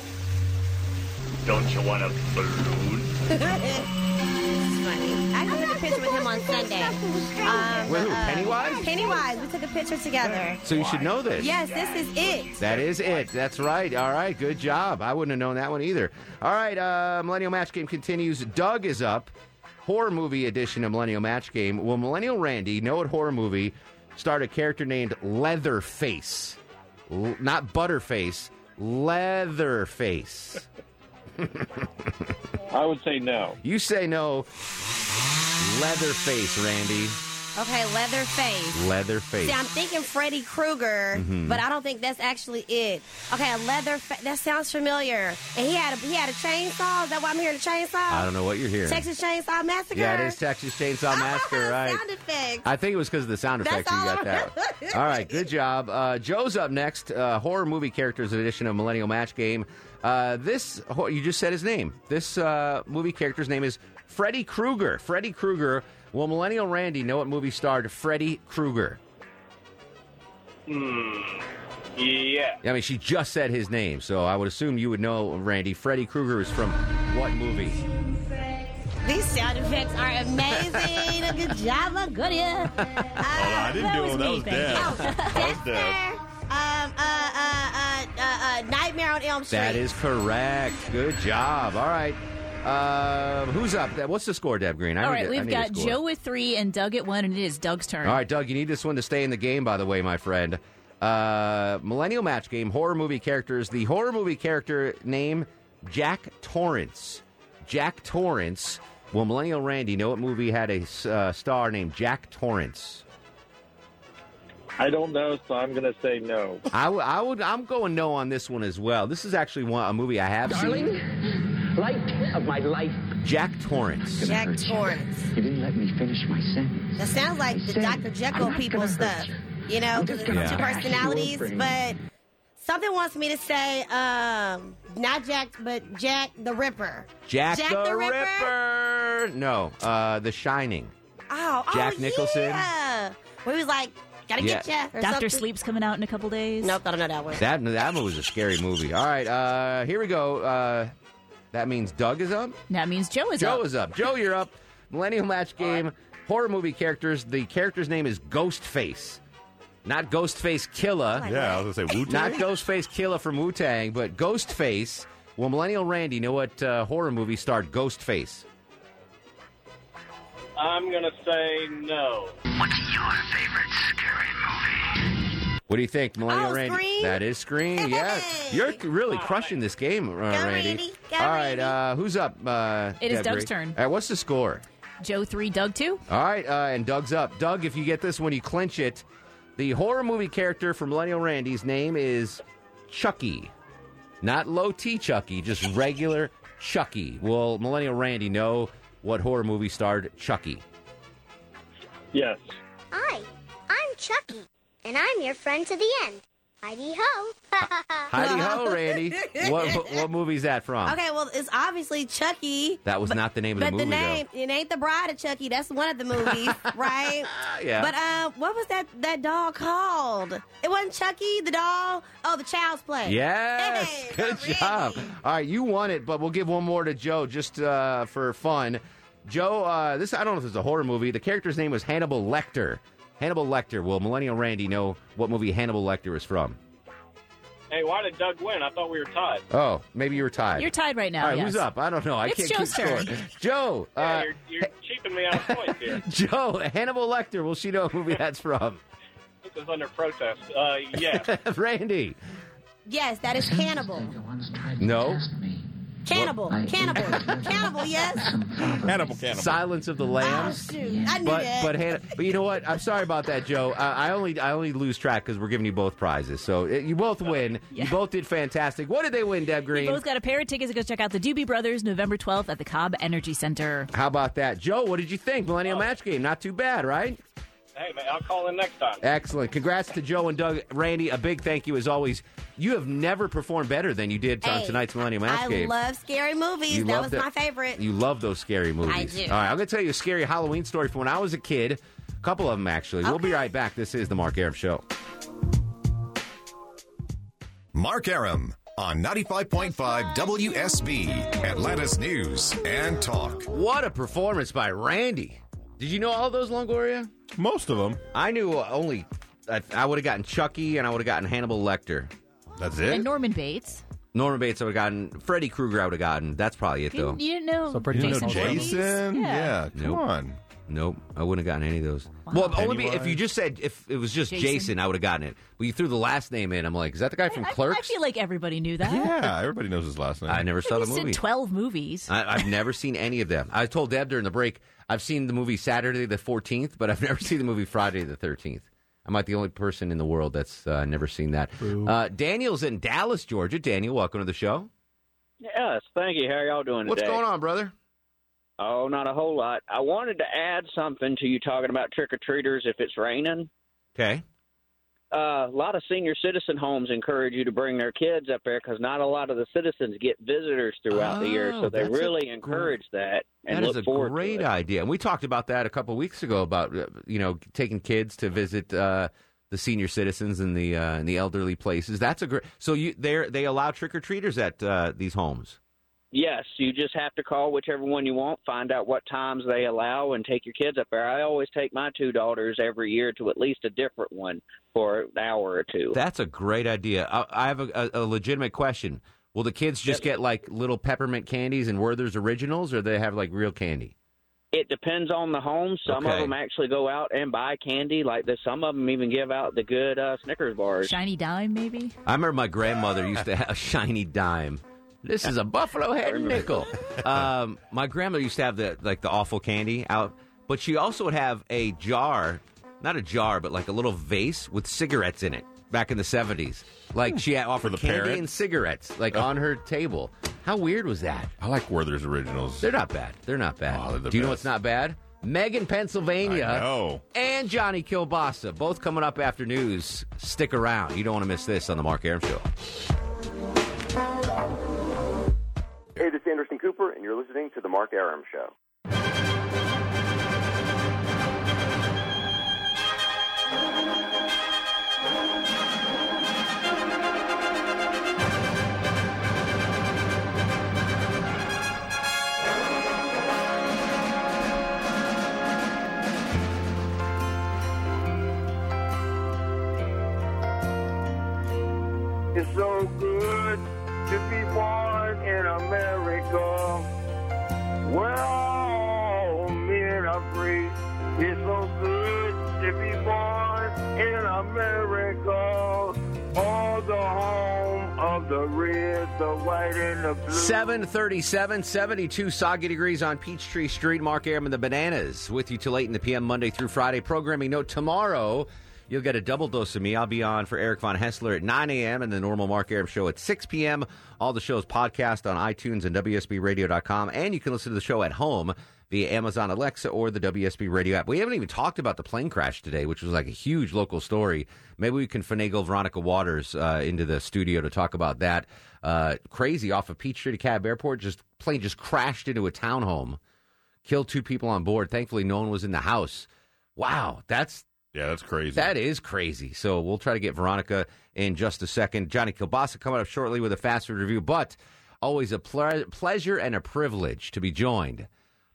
Don't you want a balloon? This is funny. I actually took a picture with him on Sunday. Um, Wait, who, uh, Pennywise? Pennywise. We took a picture together. So you should know this. Yes, this is it. That is it. That's right. All right. Good job. I wouldn't have known that one either. All right. Uh, Millennial Match Game continues. Doug is up. Horror movie edition of Millennial Match Game. Will Millennial Randy know what horror movie starred a character named Leatherface? L- not Butterface. Leatherface. I would say no. You say no. Leatherface, Randy. Okay, Leatherface. Leatherface. See, I'm thinking Freddy Krueger, Mhm. but I don't think that's actually it. Okay, a leather. Fa- that sounds familiar. And he had a he had a chainsaw. Is that why I'm hearing a chainsaw? I don't know what you're hearing. Texas Chainsaw Massacre. Yeah, it is Texas Chainsaw Massacre, right? Sound effects. I think it was because of the sound That's effects you all got I that. all right, good job. Uh, Joe's up next. Uh, horror movie characters edition of Millennial Match Game. Uh, this ho- you just said his name. This uh, movie character's name is Freddy Krueger. Freddy Krueger. Will Millennial Randy know what movie starred Freddy Krueger? Hmm. Yeah. I mean, she just said his name, so I would assume you would know, Randy. Freddy Krueger is from what movie? These sound effects are amazing. Good job, Um, Goodyear. Oh, I didn't do them. That was dead. That was dead. Um, uh, uh, uh, uh, uh, Nightmare on Elm Street. That is correct. Good job. All right. Uh, who's up? That- What's the score, Deb Green? I All need right, to- I we've need a got score. Joe with three and Doug at one, and it is Doug's turn. All right, Doug, you need this one to stay in the game, by the way, my friend. Uh, millennial match game, horror movie characters. The horror movie character name, Jack Torrance. Jack Torrance. Will Millennial Randy know what movie had a uh, star named Jack Torrance? I don't know, so I'm going to say no. I, w- I would. I'm going no on this one as well. This is actually one a movie I have seen. light of my life. Jack Torrance. Jack Torrance. You didn't let me finish my sentence. That sounds like the Dr. Jekyll people stuff. You know, because it's gonna two bash your personalities, brain. but something wants me to say, um, not Jack, but Jack the Ripper. Jack, Jack the, the Ripper? Ripper. No, uh, The Shining. Oh, Jack oh, Nicholson? Yeah. Where he was like, gotta Yeah. get ya. Doctor Sleep's coming out in a couple days. Nope, I don't know that one. That that movie was a scary movie. All right, uh, here we go. Uh, That means Doug is up. That means Joe is Joe up. is up. Joe, you're up. Millennial match game, horror movie characters. The character's name is Ghostface. Not Ghostface Oh Killa. Like Yeah, I was gonna say Wu-Tang. Not Ghostface Killa from Wu Tang, but Ghostface. Well, Millennial Randy, know what uh, horror movie starred Ghostface? I'm gonna say no. What's your favorite scary What do you think, Millennial Oh, Randy? Scream? That is Scream. Yes, you're really crushing this game, uh, Randy. Randy. Go, All right, uh, who's up? Uh, It is Deborah? Doug's turn. All right, what's the score? Joe three, Doug two. All right, uh, and Doug's up. Doug, if you get this one, you clinch it. The horror movie character from Millennial Randy's name is Chucky. Not low T Chucky, just regular Chucky. Will Millennial Randy know what horror movie starred Chucky? Yes. Hi, I'm Chucky, and I'm your friend to the end. Heidi ho! Heidi ho, Randy. What, what, what movie is that from? Okay, well, it's obviously Chucky. That was not the name of the But movie, the name, it ain't the Bride of Chucky. That's one of the movies, right? Yeah. But uh, what was that that doll called? It wasn't Chucky, the doll. Oh, the Child's Play. Yes, good job. All right, you won it, but we'll give one more to Joe just uh, for fun. Joe, uh, this I don't know if it's a horror movie. The character's name was Hannibal Lecter. Hannibal Lecter. Will Millennial Randy know what movie Hannibal Lecter is from? Hey, why did Doug win? I thought we were tied. Oh, maybe you were tied. You're tied right now. All right, yes. who's up? I don't know. I It's can't Joe's keep turn. score. Joe, uh, Yeah, you're, you're cheaping me out of points here. Joe, Hannibal Lecter. Will she know what movie that's from? This is under protest. Uh, yeah. Randy, Yes, that is Cannibal. no. Cannibal. Cannibal. Cannibal, yes. Hannibal, Cannibal. Silence of the Lambs. Oh, shoot. I knew but that. but Hannah, but you know what? I'm sorry about that, Joe. I, I only I only lose track because we're giving you both prizes. So uh, you both Oh, win. You both did fantastic. What did they win, Deb Green? Both got a pair of tickets to go check out the Doobie Brothers November 12th at the Cobb Energy Center. How about that, Joe? What did you think? Millennial Oh. match game, not too bad, right? Hey, man, I'll call in next time. Excellent. Congrats to Joe and Doug. Randy, a big thank you as always. You have never performed better than you did on Hey, tonight's Millennial Match I Game. love scary movies. You that love was the- my favorite. You love those scary movies. do. All right, I'm going to tell you a scary Halloween story from when I was a kid. A couple of them, actually. We'll be right back. This is The Mark Arab Show. Mark Aram on 95.5 WSB, Atlantis News and Talk. What a performance by Randy. Did you know all those, Longoria? Most of them. I knew uh, only, I, I would have gotten Chucky and I would have gotten Hannibal Lecter. That's And Norman Bates. Norman Bates I would have gotten, Freddy Krueger I would have gotten. That's probably it, though. You, you didn't know So pretty Jason. much all Voorhees? Jason? Yeah. come nope. on. Nope, I wouldn't have gotten any of those. Well, only be, if Pennywise. you just said if it was just Jason, Jason. I would have gotten it. But you threw the last name in. I'm like, is that the guy from I, I Clerks? feel like everybody knew that. Yeah, everybody knows his last name. I never saw the He's in movie. 12 movies. I, I've never seen any of them. I told Deb during the break, I've seen the movie Saturday the 14th, but I've never seen the movie Friday the 13th. I'm like the only person in the world that's uh, never seen that. Uh, Daniel's in Dallas, Georgia. Daniel, welcome to the show. Yes, thank you. How are y'all doing What's today? going on, brother? Oh, not a whole lot. I wanted to add something to you talking about trick or treaters if it's raining. Okay. Uh, a lot of senior citizen homes encourage you to bring their kids up there because not a lot of the citizens get visitors throughout the year, Oh, so they that's a really gr- encourage that and That is a look forward. great idea. And we talked about that a couple weeks ago about uh, you know taking kids to visit uh, the senior citizens and the uh, and the elderly places. That's a great. So you they they allow trick or treaters at uh, these homes. Yes, you just have to call whichever one you want, find out what times they allow, and take your kids up there. I always take my two daughters every year to at least a different one for an hour or two. That's a great idea. I, I have a, a, a legitimate question. Will the kids just get like little peppermint candies and Werther's originals, or they have like real candy? It depends on the home. Some of Okay. them actually go out and buy candy. Like the, some of them even give out the good uh, Snickers bars. Shiny Dime, maybe? I remember my grandmother used to have a shiny dime. This is a buffalo head nickel. Um, my grandmother used to have the like the awful candy out, but she also would have a jar, not a jar, but like a little vase with cigarettes in it. Back in the seventies, like she had offered the candy parrot? and cigarettes, like on her table. How weird was that? I like Werther's Originals. They're not bad. They're not bad. Oh, they're the Do you know best. what's not bad? Megan, Pennsylvania, I know. and Johnny Kilbasa, both coming up after news. Stick around; you don't want to miss this on the Mark Aram Show. Hey, this is Anderson Cooper, and you're listening to The Mark Aram Show. It's so good to be born in America, where all men are free. It's so good to be born in America, all the home of the red, the white, and the blue. 737, 72 soggy degrees on Peachtree Street. Mark Aram and the Bananas with you till late in the PM, Monday through Friday. Programming note tomorrow, you'll get a double dose of me. I'll be on for Eric Von Hessler at 9 a.m. and the normal Mark Aram show at 6 p.m. All the shows podcast on iTunes and WSBRadio.com. And you can listen to the show at home via Amazon Alexa or the WSB radio app. We haven't even talked about the plane crash today, which was like a huge local story. Maybe we can finagle Veronica Waters uh, into the studio to talk about that. Uh, crazy off of Peachtree to Cab Airport, just plane just crashed into a townhome, killed two people on board. Thankfully, no one was in the house. Wow, that's yeah, that's crazy. That is crazy. So we'll try to get Veronica in just a second. Johnny Kilbasa coming up shortly with a fast food review, but always a ple- pleasure and a privilege to be joined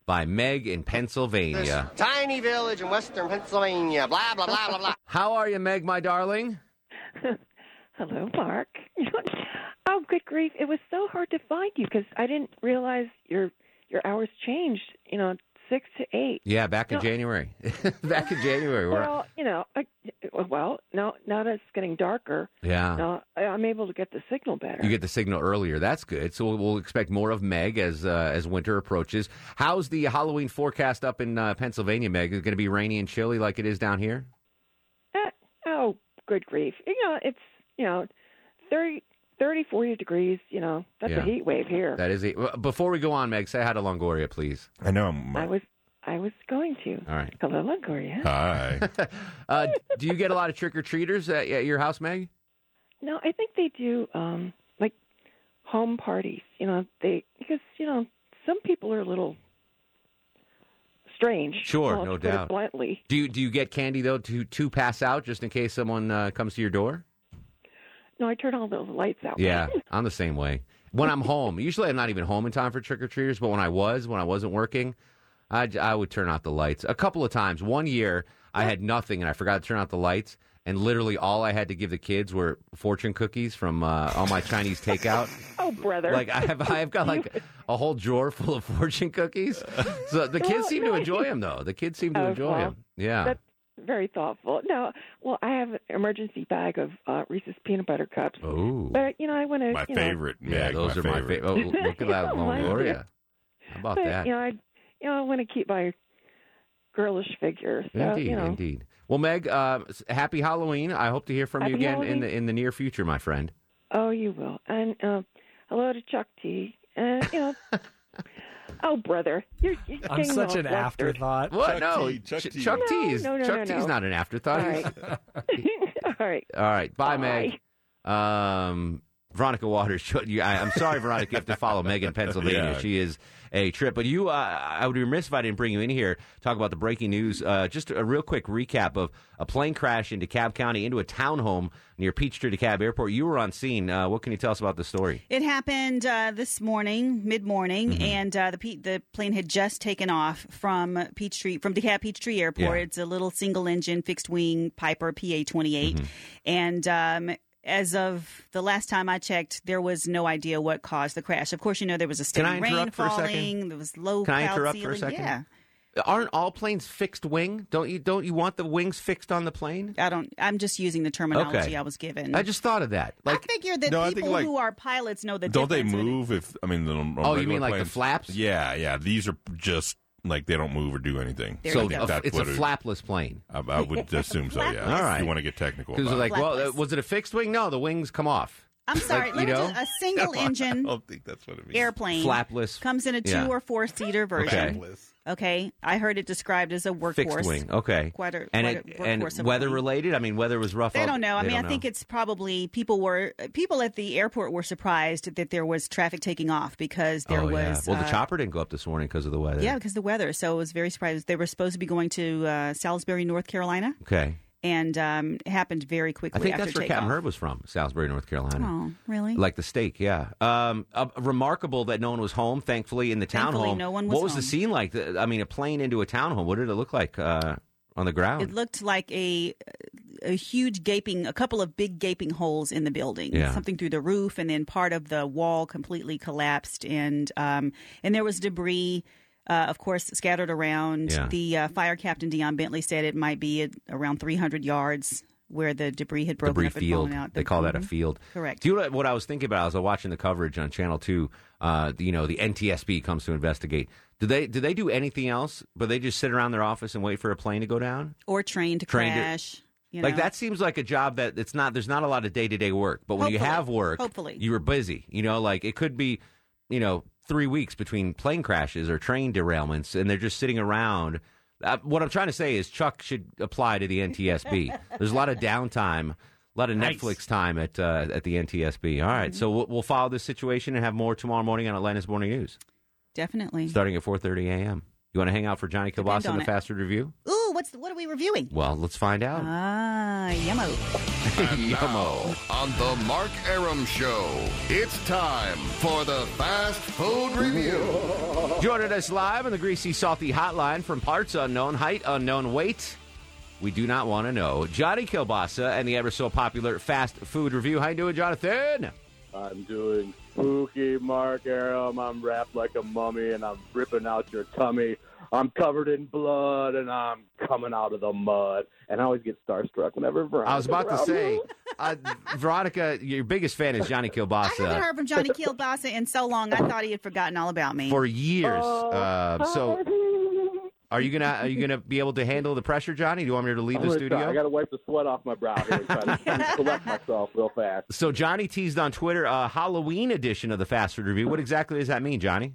by Meg in Pennsylvania. Tiny village in western Pennsylvania. Blah blah blah blah blah. How are you, Meg, my darling? Hello, Mark. oh, good grief! It was so hard to find you because I didn't realize your your hours changed. You know, six to eight. Yeah, back in No. January. back in January. We're, Well, you know, I, uh, well, now now that it's getting darker, Yeah. now I- I'm able to get the signal better. You get the signal earlier. That's good. So we'll- we'll expect more of Meg as uh, as winter approaches. How's the Halloween forecast up in uh, Pennsylvania, Meg? Is it going to be rainy and chilly like it is down here? Eh, oh, good grief! You know, it's you know, thirty, thirty, forty degrees. You know, that's Yeah. a heat wave here. That is. A, before we go on, Meg, say hi to Longoria, please. I know. I was I was going to. All right. Hello, Longoria. Hi. uh, do you get a lot of trick or treaters at, at your house, Meg? No, I think they do um like home parties. You know, they because you know some people are a little strange. Sure, well, no to put it doubt. Bluntly, Do you do you get candy though to to pass out just in case someone uh, comes to your door? no, I turn all the lights out. Yeah, I'm the same way. When I'm home, usually I'm not even home in time for trick or treaters, but when I was, when I wasn't working, I, I would turn out the lights. A couple of times, one year, I had nothing and I forgot to turn out the lights, and literally all I had to give the kids were fortune cookies from uh, all my Chinese takeout. Oh, brother! Like I have, I have got like a whole drawer full of fortune cookies. So the kids Well, seem to Oh, nice. enjoy them, though. The kids seem to Oh, enjoy well, them. Yeah. That's very thoughtful. No, well, I have an emergency bag of uh, Reese's peanut butter cups. Oh, But you know, I want to. My you favorite, Yeah, Meg, those my are my favorite. favorite. Oh, look at that, Oh, my Longoria. dear. How Know, about but, that? You know, I, you know, I want to keep my girlish figure. So, Indeed, you know, indeed. Well, Meg, uh, s- happy Halloween. I hope to hear from you Happy again in Halloween. the in the near future, my friend. Oh, you will. And uh, hello to Chuck T. And you know, oh brother, you're, you're I'm getting such all an flustered. afterthought. What? no, Ch- Chuck T is No, no, no, Chuck no. T is not an afterthought. All He's- All right. All right, bye, Meg. Um, Veronica Waters, should you, I, I'm sorry, Veronica, you have to follow Meg in Pennsylvania. Yeah. She is a trip. But you, uh, I would be remiss if I didn't bring you in here talk about the breaking news. Uh, just a real quick recap of a plane crash in DeKalb County into a townhome near Peachtree DeKalb Airport. You were on scene. Uh, what can you tell us about the story? It happened uh, this morning, mid morning, Mm-hmm. and uh, the pe- the plane had just taken off from Peachtree from DeKalb Peachtree Airport. Yeah. It's a little single engine fixed wing Piper PA twenty Mm-hmm. and. Um, as of the last time I checked, there was no idea what caused the crash. Of course, you know there was a Can I steady rain interrupt for a second? falling. There was low. Can I cloud interrupt for a ceiling. second? Yeah. Aren't all planes fixed wing? Don't you don't you want the wings fixed on the plane? I don't. I'm just using the terminology I was given. I just thought of that. I figure that No, I people think, like, who are pilots know the Don't they difference. move if I mean the on Oh, you regular mean like the planes? flaps? Yeah, yeah. These are just like they don't move or do anything. There so you go. I think that's it's what a it- flaplass plane. I, I would assume so. Yeah. All right. You want to get technical? Because about like, it. well, uh, was it a fixed wing? No, the wings come off. I'm sorry. Like, let you me know? just, a single engine. I don't think that's what it means. airplane Flapless. comes in a two Yeah. or four seater version. Okay. I heard it described as a workhorse. Fixed wing. Okay. Quite a- and quite it- a workhorse and of a weather plane. related. I mean, weather was rough. They all- don't know. I they mean, don't I think know. it's probably people were people at the airport were surprised that there was traffic taking off because there oh, was yeah. Well, the uh, chopper didn't go up this morning because of the weather. yeah because the weather. So it was very surprised. They were supposed to be going to uh, Salisbury, North Carolina, Okay. and um, it happened very quickly. I think after that's where takeoff. Captain Herb was from, Salisbury, North Carolina. Oh, really? Like the steak, yeah. Um, uh, remarkable that no one was home. Thankfully, in the Thankfully, townhome. no one was what was the home. scene like? The- I mean, a plane into a townhome. What did it look like uh, on the ground? It looked like a a huge gaping, a couple of big gaping holes in the building. Yeah. Something through the roof, and then part of the wall completely collapsed, and um, and there was debris. Uh, of course, scattered around. Yeah. The uh, fire captain Dion Bentley said it might be at around 300 yards where the debris had broken debris up and fallen field. out. They call that a Mhm. field. Correct. Do you know what- what I was thinking about? I was watching the coverage on Channel Two. Uh, you know, the NTSB comes to investigate. Do they do they do anything else? But they just sit around their office and wait for a plane to go down. or train to Train to- crash. you like know? that seems like a job that it's not. There's not a lot of day to day work. But when you Hopefully. have work, Hopefully. you were busy. You know, like it could be, you know, three weeks between plane crashes or train derailments, and they're just sitting around. Uh, what I'm trying to say is Chuck should apply to the NTSB. There's a lot of downtime, a lot of Nice. Netflix time at uh, at the NTSB. All right, Mm-hmm. so we'll, we'll follow this situation and have more tomorrow morning on Atlanta's Morning News, Definitely. starting at 4:30 a.m. You want to hang out for Johnny Kilbasa on and the it. fast food review? Ooh, what's what are we reviewing? Well, let's find out. Ah, yummo. And now, on the Mark Aram Show, it's time for the fast food review. Joining us live on the Greasy Salty Hotline from parts unknown, height unknown, weight we do not want to know. Johnny Kilbasa and the ever so popular Fast Food Review. How you doing, Jonathan? I'm doing spooky Mark Aram. I'm wrapped like a mummy and I'm ripping out your tummy. I'm covered in blood and I'm coming out of the mud. And I always get starstruck whenever I was about to Veronica's say, around. uh, Veronica, your biggest fan is Johnny I haven't Kilbasa heard from Johnny Kielbasa in so long. I thought he had forgotten all about me. for years. Oh, Uh, so, are you gonna are you gonna be able to handle the pressure, Johnny? Do you want me to leave I'm the gonna studio? try. I got to wipe the sweat off my brow here and try to collect myself real fast. so Johnny teased on Twitter a Halloween edition of the Fast Food Review. What exactly does that mean, Johnny?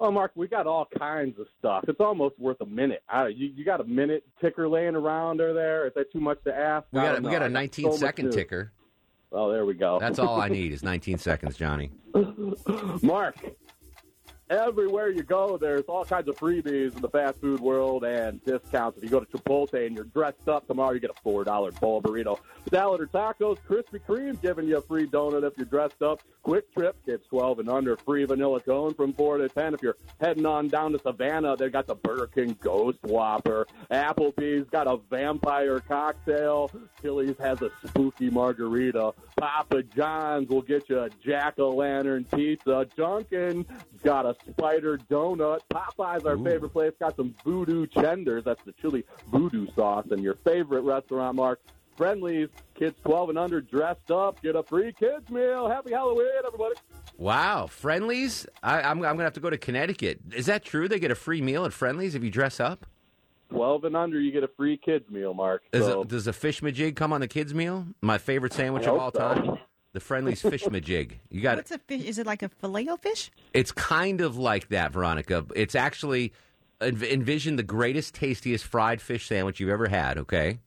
Oh, Mark, we got all kinds of stuff. It's almost worth a minute. I, you, you got a minute ticker laying around over there? Is that too much to ask? We I got a, don't we know. got a I so 19 much second news. ticker. Oh, there we go. That's all I need is 19 seconds, Johnny. Mark, everywhere you go, there's all kinds of freebies in the fast food world and discounts. If you go to Chipotle and you're dressed up tomorrow, you get a four dollar bowl burrito, salad or tacos. Krispy Kreme giving you a free donut if you're dressed up. Quick Trip gets 12 and under free vanilla cone from four to ten. If you're heading on down to Savannah, they got the Burger King Ghost Whopper. Applebee's got a vampire cocktail. Chili's has a spooky margarita. Papa John's will get you a jack o' lantern pizza. Dunkin' got a spider donut. Popeye's our favorite place. Got some voodoo chenders. That's the chili voodoo sauce. And your favorite restaurant, Mark. Friendlies, kids 12 and under dressed up. Get a free kids meal. Happy Halloween, everybody. Wow, friendlies! I, I'm, I'm gonna have to go to Connecticut. Is that true? They get a free meal at friendlies if you dress up. 12 and under, you get a free kids meal, Mark. Does, So- a, does a fish majig come on the kids' meal? My favorite sandwich I of all hope so. time, the friendlies fish majig. You got it. What's a fish? Is it like a filet o fish? It's kind of like that, Veronica. It's actually env- envision the greatest, tastiest fried fish sandwich you've ever had. Okay,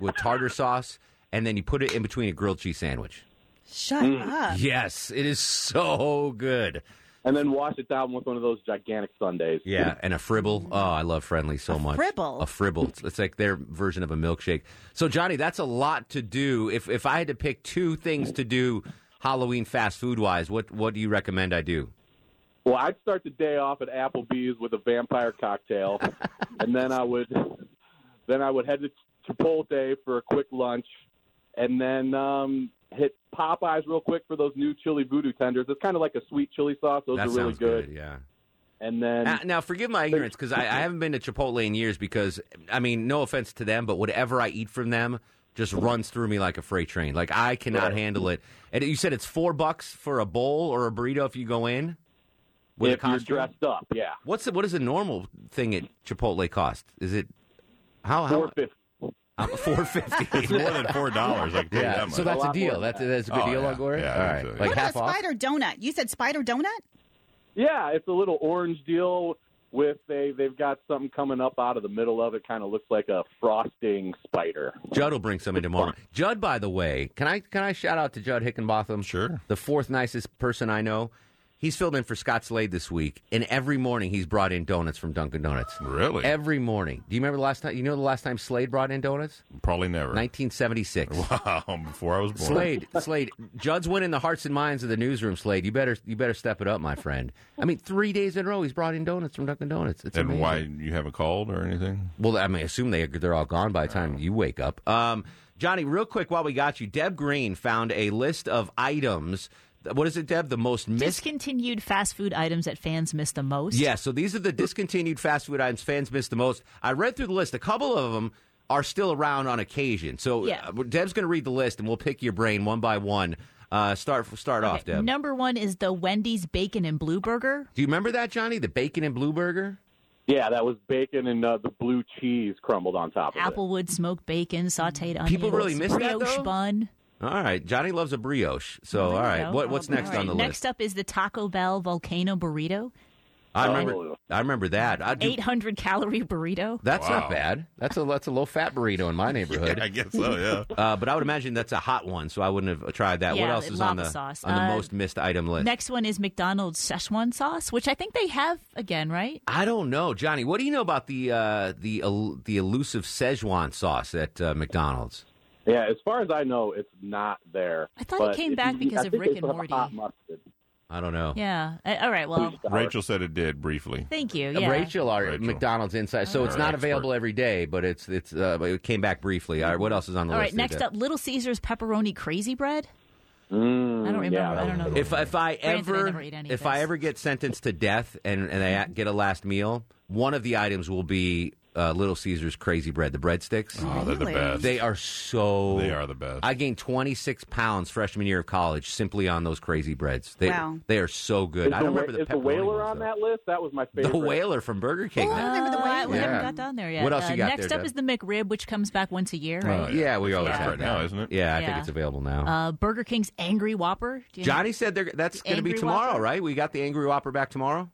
with tartar sauce, and then you put it in between a grilled cheese sandwich. Shut up. Yes, it is so good. And then wash it down with one of those gigantic sundaes. Yeah, and a fribble. Oh, I love friendly so much. fribble? A fribble. It's, it's like their version of a milkshake. So Johnny, that's a lot to do. If if I had to pick two things to do Halloween fast food wise, what what do you recommend I do? Well, I'd start the day off at Applebee's with a vampire cocktail, and then I would, then I would head to Chipotle for a quick lunch, and then um, hit Popeyes real quick for those new chili voodoo tenders. It's kind of like a sweet chili sauce. Those that are really sounds good. Yeah. Uh, And then Now, now, forgive my ignorance because I, I haven't been to Chipotle in years. Because I mean, no offense to them, but whatever I eat from them just runs through me like a freight train. Like I cannot handle it. And you said it's four bucks for a bowl or a burrito if you go in. With if a you're costume? dressed up, yeah, What's the, what is a normal thing at Chipotle cost? Is it how how four fifty? four fifty. It's more than $4, I can tell you Yeah, that so much. that's A a lot more deal. than That's that. that's a good Oh, deal, yeah. Lagore. Yeah, All I right, think so, yeah. like What about half a off. spider donut? You said spider donut? yeah, it's a little orange deal with they they've got something coming up out of the middle of it. Kind of looks like a frosting spider. Judd will bring some in tomorrow. Judd, by the way, can I can I shout out to Judd Hickenbotham? Sure. The fourth nicest person I know. He's filled in for Scott Slade this week, and every morning he's brought in donuts from Dunkin' Donuts. Really? Every morning. Do you remember the last time? You know the last time Slade brought in donuts? Probably never. 1976. Wow, before I was born. Slade, Slade, Judd's winning the hearts and minds of the newsroom. Slade, you better, you better step it up, my friend. I mean, three days in a row, he's brought in donuts from Dunkin' Donuts. It's and amazing. why you haven't called or anything? Well, I mean, assume they they're all gone by the time you wake up. Um, Johnny, real quick while we got you, Deb Green found a list of items. What is it, Deb? The most missed Discontinued fast food items that fans miss the most. Yeah, so these are the discontinued fast food items fans miss the most. I read through the list. A couple of them are still around on occasion. So Yeah. uh, Deb's going to read the list, and we'll pick your brain one by one. Uh, start start off, Deb. Number one is the Wendy's bacon and blue burger. Do you remember that, Johnny? The bacon and blue burger? Yeah, that was bacon and uh, the blue cheese crumbled on top of Applewood smoked bacon, sauteed onions. People really miss that, brioche though? bun. All right, Johnny loves a brioche. So, all right, No, what, what's all next right. on the Next list? up is the Taco Bell volcano burrito, I remember. I remember that. I do- eight hundred calorie burrito. That's not bad. That's a that's a low fat burrito in my neighborhood. Yeah, I guess so, yeah. Uh, but I would imagine that's a hot one, so I wouldn't have tried that. what Yeah, else is on lava the sauce. on the Uh, most missed item list? Next one is McDonald's Szechuan sauce, which I think they have again, right? I don't know, Johnny. What do you know about the uh, the el- the elusive Szechuan sauce at uh, McDonald's? it. Yeah, as far as I know, it's not there. I thought it But came if back you- because I of think Rick they and still have Morty. hot mustard. I don't know. Yeah. Uh, All right. Well, Rachel said it did briefly. thank you. Yeah. Uh, Rachel, our McDonald's inside, so All it's right. not Expert. available every day, but it's it's uh, it came back briefly. All right, what else is on the All list? right. Next there, up, Little Caesar's pepperoni crazy bread. Mm, I don't remember. I don't know. If if I Granted, I ever never eat any Mm-hmm. of if I this. ever get sentenced to death and and I get a last meal, one of the items will be uh, Little Caesar's crazy bread, the breadsticks. Oh, they're the Really? best. They are so. They are the best. I gained twenty six pounds freshman year of college simply on those crazy breads. They, Wow. They are so good. Is I the, don't wha- remember the is the pepperoni whaler ones, on though. that list? That was my favorite. The whaler from Burger King. Oh, now. Uh, we Yeah. haven't got down there yet. What else Uh, you got Next there, up Deb? is the McRib, which comes back once a year. Oh, Right? yeah. we always back have right that. now, isn't it? Yeah, I think Yeah. it's available now. Uh, Burger King's Angry Whopper. Do you know- Johnny said they're, that's The going to be Angry tomorrow, Whopper? right? We got the Angry Whopper back tomorrow.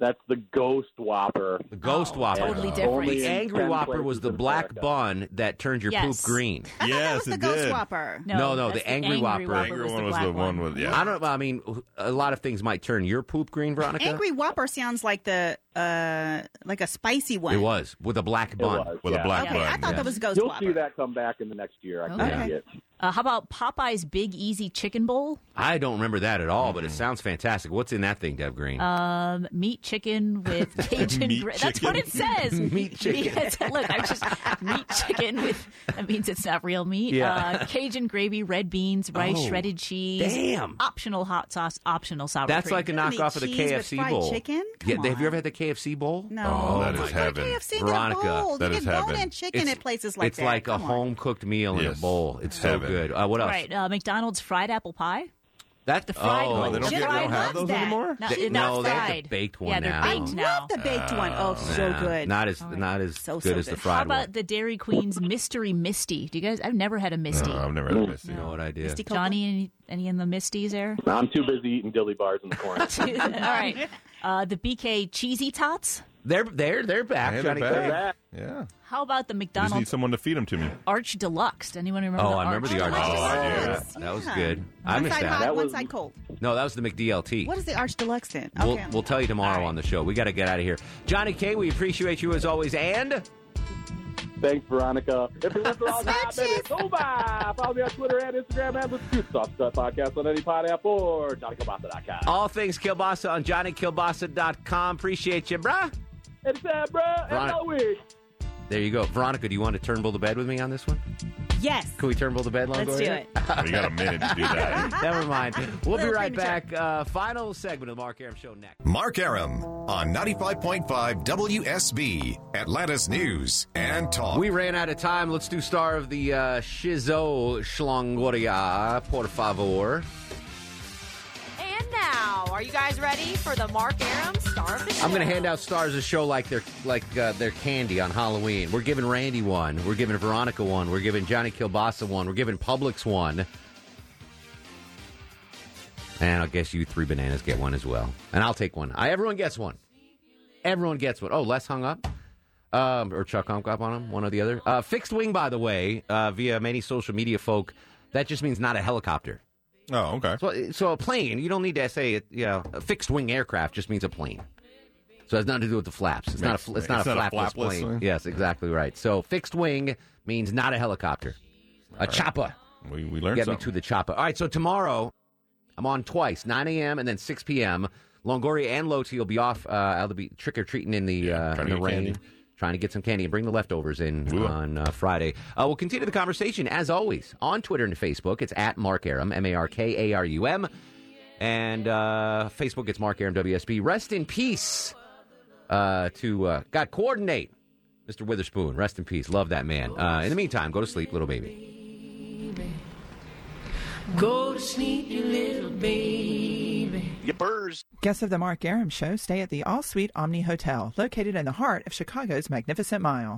That's the Ghost Whopper. The Ghost Whopper. totally different. Only The in Angry ten Whopper was places the in black America. bun that turned your poop Yes. green. I thought that yes, was the it Ghost did. Whopper. No, no, the Angry, Whopper. Angry one was the one with yeah. I don't. I mean, a lot of things might turn your poop green, Veronica. Angry Whopper sounds like the uh like a spicy one. It was with a black bun. was, With a yeah. black Okay, I bun, thought that yes. was Ghost You'll see Whopper. that come back in the next year. I Okay. guarantee it. Uh, how about Popeye's Big Easy Chicken Bowl? I don't remember that at all, but it sounds fantastic. What's in that thing, Deb Green? Um, meat chicken with Cajun Meat bread. That's what it chicken. says. Meat chicken. Yes, look, I just meat chicken with. That means it's not real meat. Yeah. Uh, Cajun gravy, red beans, rice, Oh, shredded cheese. damn. Optional hot sauce. Optional sour. That's cream. like a knockoff of the KFC bowl. yeah, have you ever had the KFC bowl? No. Oh, that my is heaven. KFC get a Veronica, bowl. You that get is bone heaven. and chicken It's- at places like it's that. like a Come on. home cooked meal in a Yes. bowl. It's so Heaven. good. Uh, what All else? right, uh, McDonald's fried apple pie. That The fried oh, one. they don't, get- they Jen don't Fried have loves those that. anymore. No, They- it's no, not they have the fried. baked one Yeah, they're now. baked now. Love the baked one. Oh, so Nah, good. Not as not as So, good so as the good. fried How about one. the Dairy Queen's mystery misty? Do you guys? I've never had a misty. No, I've never Mm. Mm. had a Misty. You know what I did? Johnny, any, any in the misties there? I'm too busy eating dilly bars in the corner. All right. Uh, the BK cheesy tots. They're they're they're back. Hey, they're Johnny back. Craig. Yeah. How about the You just need McDonald's someone to feed them to me. Arch Deluxe? Does anyone remember? Oh, the I remember Arch the Arch Deluxe? Deluxe. Oh, Yeah, yes. That was Yeah. good. I One missed side that. hot, that one was, side cold. no, that was the McDLT. What is the Arch Deluxe then? Okay. We'll, we'll tell you tomorrow on the show. We got to get out of here. Johnny K, we appreciate you as always. And Thanks, Veronica. If you're after all that, then it's over. Follow me on Twitter and Instagram at the Scoop Soft Cut Podcast on any pod app or JohnnyKilbasa.com. all things Kilbasa on JohnnyKilbasa.com. Appreciate you, bruh. It's that, bro. It's Veronica- all week. There you go. Veronica, do you want to Turnbull to bed with me on this one? Yes. Can we Turnbull to bed Let's Longoria? do it. We got a minute to do that. Never mind. We'll be Little right premature. back. Uh, final segment of the Mark Aram Show next. Mark Aram on 95.5 WSB, Atlanta's News and Talk. We ran out of time. Let's do star of the uh, Shizo Shlongoria, por favor. And now, are you guys ready for the Mark Aram Star of the Show? I'm going to hand out stars of show like they're like uh, they're candy on Halloween. We're giving Randy one. We're giving Veronica one. We're giving Johnny Kilbasa one. We're giving Publix one. And I guess you three bananas get one as well. And I'll take one. I everyone gets one. Everyone gets one. Oh, Les hung up. Um, or Chuck hung up on him, one or the other. Uh, fixed wing, by the way, uh, via many social media folk, that just means not a helicopter. Oh, okay. So, so a plane, you don't need to say it, you know, a fixed wing aircraft just means a plane. So it has nothing to do with the flaps. It's Makes- not a, it's not it's a not a flapless, flapless plane. wing? Yes, exactly right. So fixed wing means not a helicopter, a chopper. We, we learned Get me something. to the chopper. All right, so tomorrow I'm on twice, 9 a.m. and then 6 p.m. Longoria and Loti will be off. Uh, I'll be trick or treating in the, uh, trying in to the get rain. candy. trying to get some candy and bring the leftovers in on uh, Friday. Uh, we'll continue the conversation as always on Twitter and Facebook. It's at Mark Arum, M A R K A R U M, and uh, Facebook. It's Mark Arum WSB. Rest in peace uh, to uh, God coordinate. Mr. Witherspoon, rest in peace. Love that man. Uh, in the meantime, go to sleep, little baby. Go to sleep, you little baby. You burrs. Guests of the Mark Aram Show stay at the All Suite Omni Hotel, located in the heart of Chicago's Magnificent Mile.